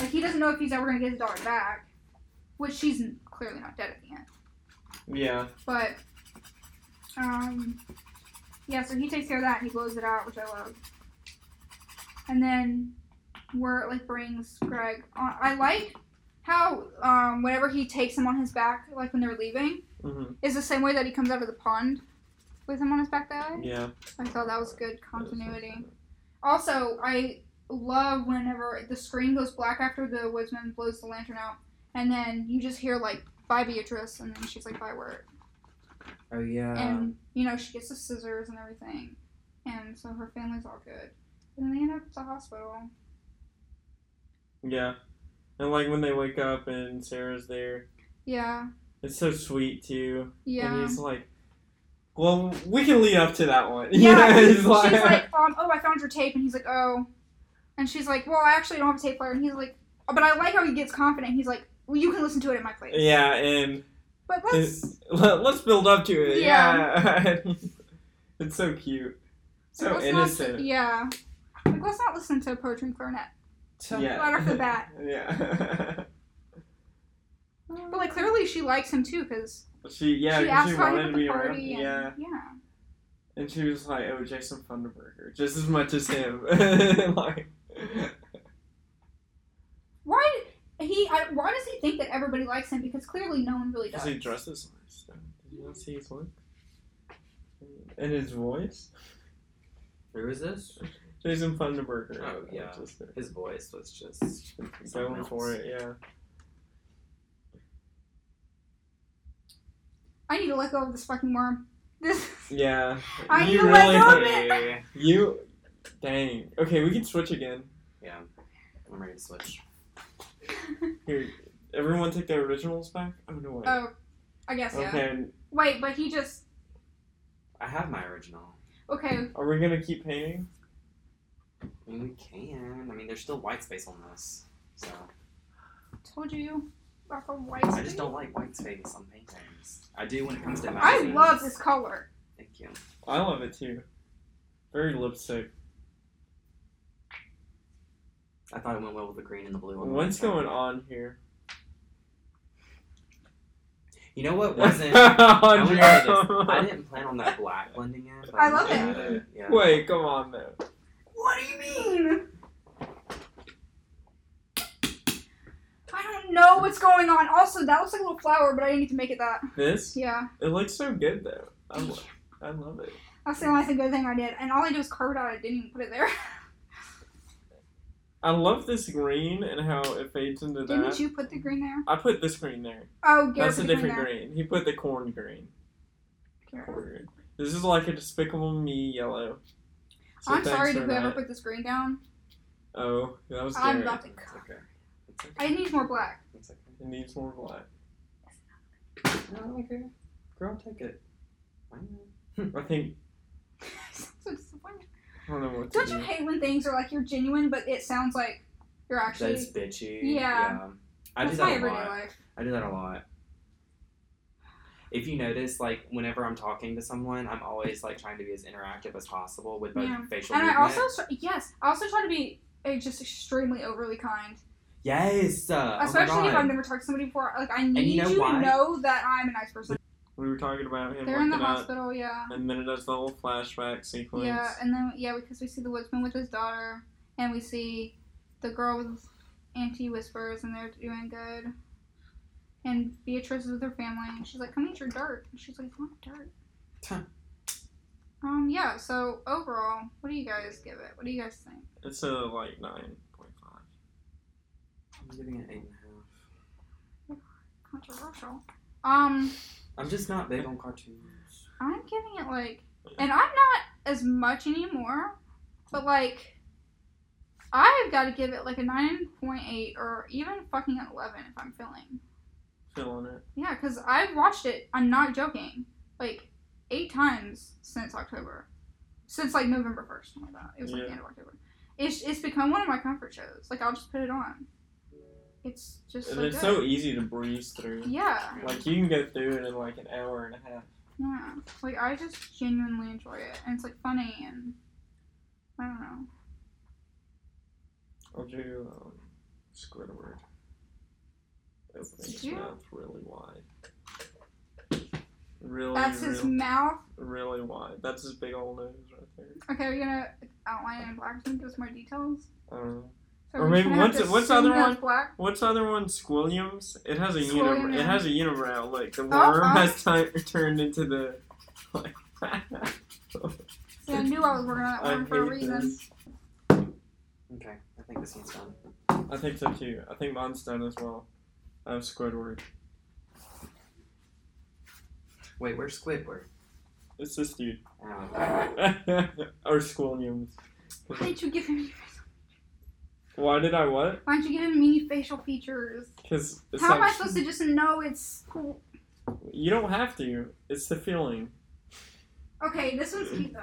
B: Like he doesn't know if he's ever gonna get his daughter back, which she's n- clearly not dead at the end.
A: Yeah.
B: But, um, yeah. So he takes care of that and he blows it out, which I love. And then where it like brings Greg on. I like how um whenever he takes him on his back, like when they're leaving
A: hmm
B: is the same way that he comes out of the pond with him on his back bag.
A: Yeah.
B: I thought that was good continuity. Also, I love whenever the screen goes black after the woodsman blows the lantern out, and then you just hear like "Bye, Beatrice," and then she's like "Bye, Word,"
C: Oh yeah.
B: and you know she gets the scissors and everything, and so her family's all good. And then they end up at the hospital.
A: Yeah. And like when they wake up and Sarah's there,
B: Yeah,
A: it's so sweet too. And
B: yeah.
A: he's like, well, we can lead up to that one.
B: Yeah,
A: he's
B: she's like, um, oh, I found your tape, and he's like, oh, and she's like, well, I actually don't have a tape player, and he's like, oh, but I like how he gets confident. He's like, well, you can listen to it at my place.
A: yeah, and
B: but
A: it,
B: let's
A: let, us build up to it.
B: Yeah.
A: Yeah. it's so cute. So
B: let's
A: innocent.
B: Not, yeah, like let's not listen to poetry and clarinet
A: yeah.
B: right off the bat.
A: Yeah.
B: But like clearly she likes him too, because
A: she yeah,
B: she
A: 'cause
B: asked
A: she
B: for
A: wanted
B: him
A: to
B: at
A: be
B: the
A: around.
B: party. and,
A: Yeah.
B: yeah.
A: And she was like, oh, Jason Funderburger, just as much as him. like,
B: Why he? I, why does he think that everybody likes him? Because clearly no one really does.
A: because he dresses nice. though. Did you not see his look? And his voice?
C: Who is this?
A: Jason Funderburger.
C: Oh, yeah.
A: Just there.
C: His voice was just
A: Going
C: Someone
A: for
C: else.
A: it, yeah.
B: I need to let go of this fucking worm. This.
A: Yeah.
B: I
A: you
B: need to let
A: really
B: go of
A: hate-
B: it.
A: You. Dang. Okay, we can switch again.
C: I'm ready to switch.
A: Here, everyone take their originals back? Oh, no way.
B: Oh, I guess yeah.
A: okay,
B: Wait, but he just
C: I have my original.
B: okay.
A: are we gonna keep painting?
C: I mean, we can. I mean, there's still white space on this, so
B: Told you about the white.
C: I
B: space.
C: just don't like white space on paintings. I do when it comes to
B: I
C: magazines.
B: love this color.
C: Thank you.
A: I love it too. Very lipstick.
C: I thought it went well with the green and the blue. on the
A: What's
C: left side.
A: going on here?
C: You know what wasn't? I,
A: Andre.
C: wouldn't say this. I didn't plan on that black blending in. But
B: I
C: I'm
B: love
C: looking
B: it.
C: at it. Yeah.
A: Wait, come on though.
B: What do you mean? I don't know what's going on. Also, that looks like a little flower, but I didn't get to make it that.
A: This?
B: Yeah,
A: It looks so good though. I, lo- I love it.
B: that's the only thing- good thing I did. And all I did was carve it out. I didn't even put it there.
A: I love this green and how it fades into that.
B: Didn't you put the green there?
A: I put this green there.
B: Oh, Garrett
A: That's
B: put
A: a
B: the green
A: different green. He put the corn green. Corey. This is like a Despicable Me yellow. So
B: I'm
A: thanks
B: sorry to
A: for
B: whoever
A: that.
B: put the screen down.
A: Oh, that was
B: I'm
A: Derek.
B: about to.
C: It's okay. It's okay.
B: I need more black.
C: It's okay.
A: It needs more black.
C: No, I don't care. Girl, take it. Why not?
A: I think
B: so disappointing.
A: I don't know what to
B: Don't
A: do.
B: you hate when things are like you're genuine, but it sounds like you're actually.
C: That's bitchy.
B: Yeah.
C: I do
B: That's
C: that
B: my
C: a
B: everyday
C: lot.
B: life.
C: I do that a lot. If you notice, like whenever I'm talking to someone, I'm always like trying to be as interactive as possible with both
B: Yeah.
C: facial
B: And I
C: movement.
B: also, tr- yes, I also try to be uh, just extremely overly kind.
C: yes, uh, oh my
B: Especially if
C: God.
B: I've never talked to somebody before. Like, I need
C: know
B: you
C: why?
B: to know that I'm a nice person.
A: We were talking about him
B: They're in the
A: looking up,
B: hospital, yeah.
A: and then it does the whole flashback sequence.
B: Yeah, and then, yeah, because we see the woodsman with his daughter, and we see the girl with Auntie Whispers, and they're doing good. And Beatrice is with her family, and she's like, Come eat your dirt. And she's like, I want dirt.
C: Huh.
B: Um, yeah, so overall, what do you guys give it? What do you guys think?
A: It's a like nine point five.
C: I'm giving it eight and a half.
B: Controversial. Um,
C: I'm just not big on cartoons.
B: I'm giving it like, and I'm not as much anymore, but like, I've got to give it like a 9.8 or even fucking an 11 if I'm feeling.
A: Feeling it.
B: Yeah, because I've watched it, I'm not joking, like eight times since October. Since like November 1st, something like that. It was like
A: Yeah.
B: the end of October. It's, it's become one of my comfort shows. Like, I'll just put it on. It's just
A: And
B: so good.
A: it's so easy to breeze through.
B: yeah.
A: Like you can go through it in like an hour and a half.
B: Yeah, like I just genuinely enjoy it, and it's like funny, and I don't know.
A: I'll do um, Squidward. Opening his
B: Yeah.
A: mouth really wide. Really,
B: That's
A: really,
B: his mouth.
A: really wide. That's his big old nose right there.
B: Okay, are you gonna outline it in black? Can you give us more details?
A: I don't know.
B: So
A: Or
B: we're just
A: maybe
B: gonna have
A: what's
B: to
A: it- what's the
B: assume
A: other
B: that
A: one?
B: it's Black.
A: What's the other one? Squilliams. It has a unibrow. It
B: Squilliams.
A: has a unibrow. Like the worm
B: Uh-uh.
A: has ty- turned into the. Like,
B: Yeah, I knew I was working on that
A: I
B: one for a
A: hate
B: reason.
A: this.
C: Okay, I think this one's done.
A: I think so too. I think mine's done as well. I have Squidward.
C: Wait, where's Squidward?
A: It's this dude.
C: Oh,
A: or Squilliams.
B: Why did you give him? any-
A: Why did I what?
B: Why didn't you give him many facial features?
A: Because
B: How am I supposed to just know it's cool?
A: You don't have to. It's the feeling.
B: Okay, this one's cute though.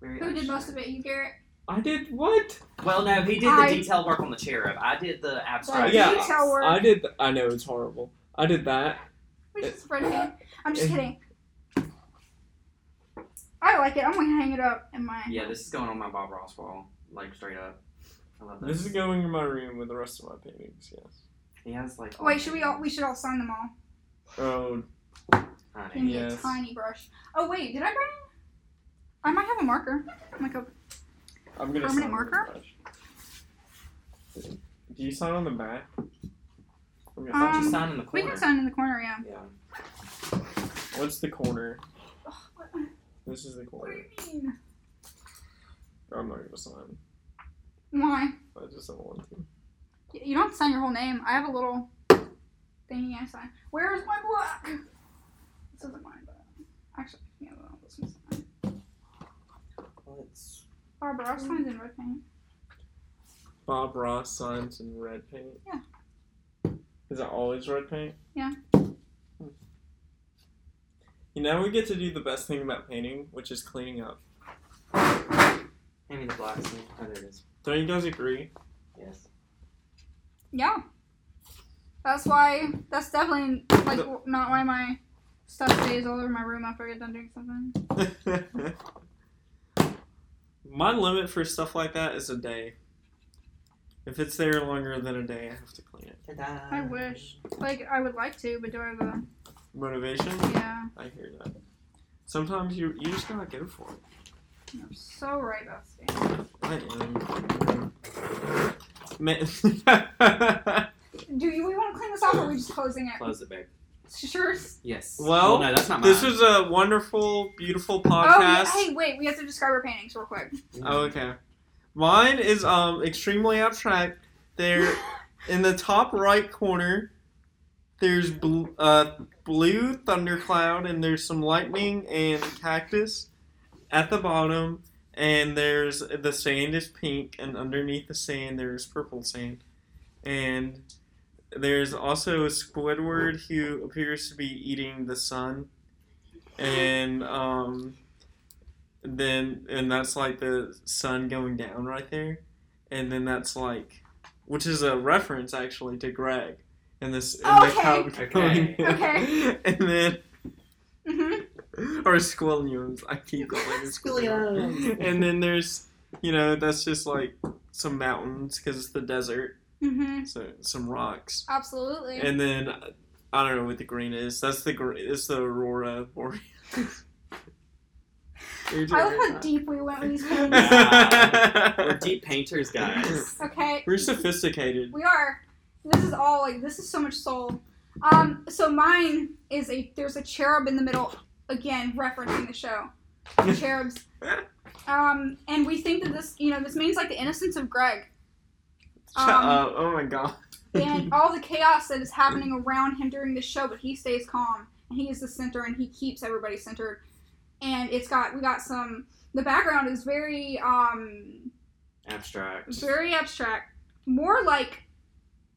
C: very
B: Who did
C: extra.
B: most of it? You, Garrett.
A: I did what?
C: Well, no, he did the
B: I-
C: detail work on the cherub. I did the
B: Like,
C: abstract.
A: Yeah.
B: detail work.
A: I did. Th- I know it's horrible. I did that.
B: Which is friendly. I'm just kidding. I like it. I'm gonna hang it up in my.
C: Yeah, this is going on my Bob Ross wall, like straight up. I love this.
A: This is going in my room with the rest of my paintings. Yes.
C: He has like.
B: Wait, should we all? We should all sign them all.
A: Oh,
B: Give me
C: Honey.
A: Yes.
B: a tiny brush. Oh wait, did I bring? I might have a marker. Like a.
A: I'm gonna.
B: Permanent
A: sign on the
B: marker?
A: brush. Do you sign on the back? I'm gonna-
C: Don't
B: Um,
C: you sign in the
B: We
C: corner?
B: can sign in the corner, yeah.
C: Yeah.
A: What's the corner?
B: Ugh, what,
A: This is the
B: what do
A: corner.
B: you mean?
A: I'm not gonna sign.
B: Why?
A: I just don't want to.
B: Y- You don't have to sign your whole name. I have a little thingy I sign. Where is my block? This isn't mine, but actually, yeah, well, this one's mine.
C: Let's.
B: Barbara, I signed in red paint.
A: Bob Ross signs in red paint.
B: Yeah.
A: Is it always red paint?
B: Yeah.
A: Hmm. You know, we get to do the best thing about painting, which is cleaning up.
C: Hand me the black one. Oh, there it is.
A: Don't you guys agree?
C: Yes.
B: Yeah. That's why. That's definitely like w- not why my stuff stays all over my room after I get done doing something.
A: My limit for stuff like that is a day. If it's there longer than a day, I have to clean it.
C: Ta-da.
B: I wish. Like I would like to, but do I have a?
A: Motivation?
B: Yeah,
A: I hear that. Sometimes you you just gotta go for it.
B: I'm so right about Spain.
A: I am. um, Man.
B: Do you, we want to clean this off, or are we just closing it?
C: Close it, babe.
B: Sure.
C: Yes. Oh,
A: Well,
C: no, that's not mine.
A: This was a wonderful, beautiful
B: Oh, yeah.
A: podcast.
B: hey, wait. We have to describe our paintings real quick.
A: Oh, okay. Mine is um extremely abstract. They're in the top right corner. There's bl- uh, blue thundercloud, and there's some lightning and cactus at the bottom. And there's the sand is pink, and underneath the sand there's purple sand. And there's also Squidward who appears to be eating the sun, and um, then and that's like the sun going down right there, and then that's like, which is a reference actually to Greg, and this and
B: Okay.
A: the cow going in.
B: Okay.
A: and then
B: Mm-hmm.
A: or squillions. I keep calling it squillions. and then there's you know that's just like some mountains because it's the desert,
B: Mm-hmm.
A: so some rocks.
B: Absolutely.
A: And then I don't know what the green is. That's the gr- it's the aurora borealis. You're
B: I love
A: doing
B: how
A: it.
B: deep we went with these paintings.
C: Yeah. We're deep painters, guys.
B: Okay.
A: We're sophisticated.
B: We are. This is all like this is so much soul. Um, so mine is a there's a cherub in the middle again, referencing the show, cherubs. Um, and we think that this you know this means like the innocence of Greg
A: Shut
B: Um,
A: up. Oh my god.
B: and all the chaos that is happening around him during the show, but he stays calm and he is the center and he keeps everybody centered. And it's got we got some the background is very um
C: Abstract.
B: very abstract, more like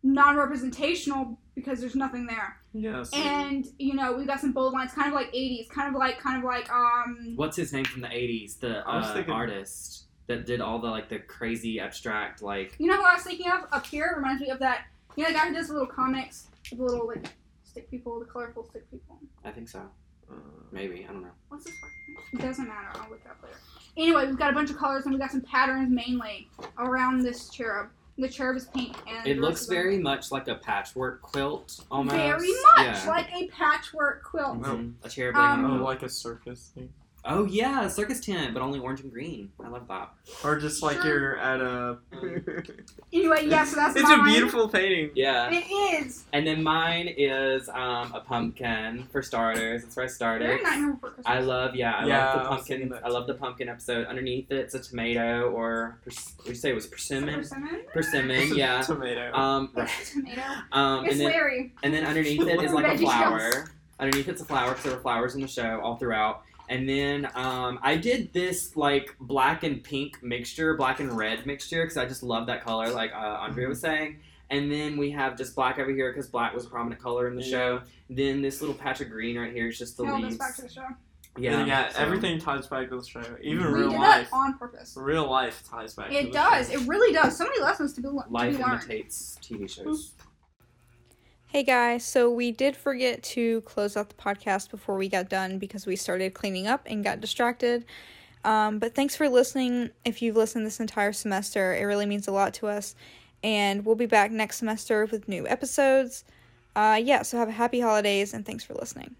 B: non-representational because there's nothing there.
A: Yes.
B: And you know, we got some bold lines, kind of like '80s, kind of like, kind of like, um,
C: What's his name from the '80s? The
A: I was
C: uh,
A: thinking-
C: artist that did all the like the crazy abstract like.
B: you know who I was thinking of up here? Reminds me of that, you know, the guy who does the little comics, the little like stick people, the colorful stick people.
C: I think so.
A: Oh,
C: Maybe I don't know.
B: What's this? fucking name? It doesn't matter. I'll look it up later. Anyway, we've got a bunch of colors and we got some patterns mainly around this cherub. The cherub is pink and
C: It
B: the
C: looks
B: rest of them-
C: very much like a patchwork quilt, almost.
B: very much
C: Yeah.
B: like a patchwork quilt.
C: Mhm. a cherub.
B: Um,
A: oh,
C: laying on a-
A: like a circus thing,
C: oh yeah, a circus tent, but only orange and green. I love that.
A: or just like
B: Sure.
A: you're at a.
B: Anyway, yeah, so that's
A: it's
B: mine.
A: a beautiful painting.
C: Yeah.
B: It is.
C: And then mine is um, a pumpkin for starters. That's where I started.
B: They're not here for Christmas.
C: I love, yeah, I
A: Yeah,
C: love
A: I
C: the
A: was thinking
C: pumpkin.
A: that
C: I love the pumpkin episode. Underneath it, it's a tomato or pers- we say it was persimmon,
B: Persimmon?
A: It's
C: persimmon,
A: a
C: yeah.
A: Tomato.
C: Um,
B: It's a tomato.
C: um,
B: it's
C: and then
B: Larry.
C: and then underneath it is like a
B: Veggie
C: flower. Underneath it's a flower because there were flowers in the show all throughout. And then um, I did this like black and pink mixture, black and red mixture, because I just love that color, like uh,
A: Mm-hmm.
C: Andrea was saying. And then we have just black over here because black was a prominent color in the
A: Yeah.
C: show. Then this little patch of green right here is just the
B: No, that's
C: leaves.
B: back to the show.
A: Yeah, yeah.
C: so-
A: Everything ties back to the show. Even
B: we
A: real
B: did
A: life.
B: that on purpose.
A: Real life ties back. to
B: It
A: the
B: does.
A: Show.
B: It really does. So many lessons to be, le- to
C: Life
B: be learned.
C: imitates TV shows.
G: Hey guys, so we did forget to close out the podcast before we got done because we started cleaning up and got distracted. Um, but thanks for listening. If you've listened this entire semester, it really means a lot to us. And we'll be back next semester with new episodes. Uh, yeah, so have a happy holidays and thanks for listening.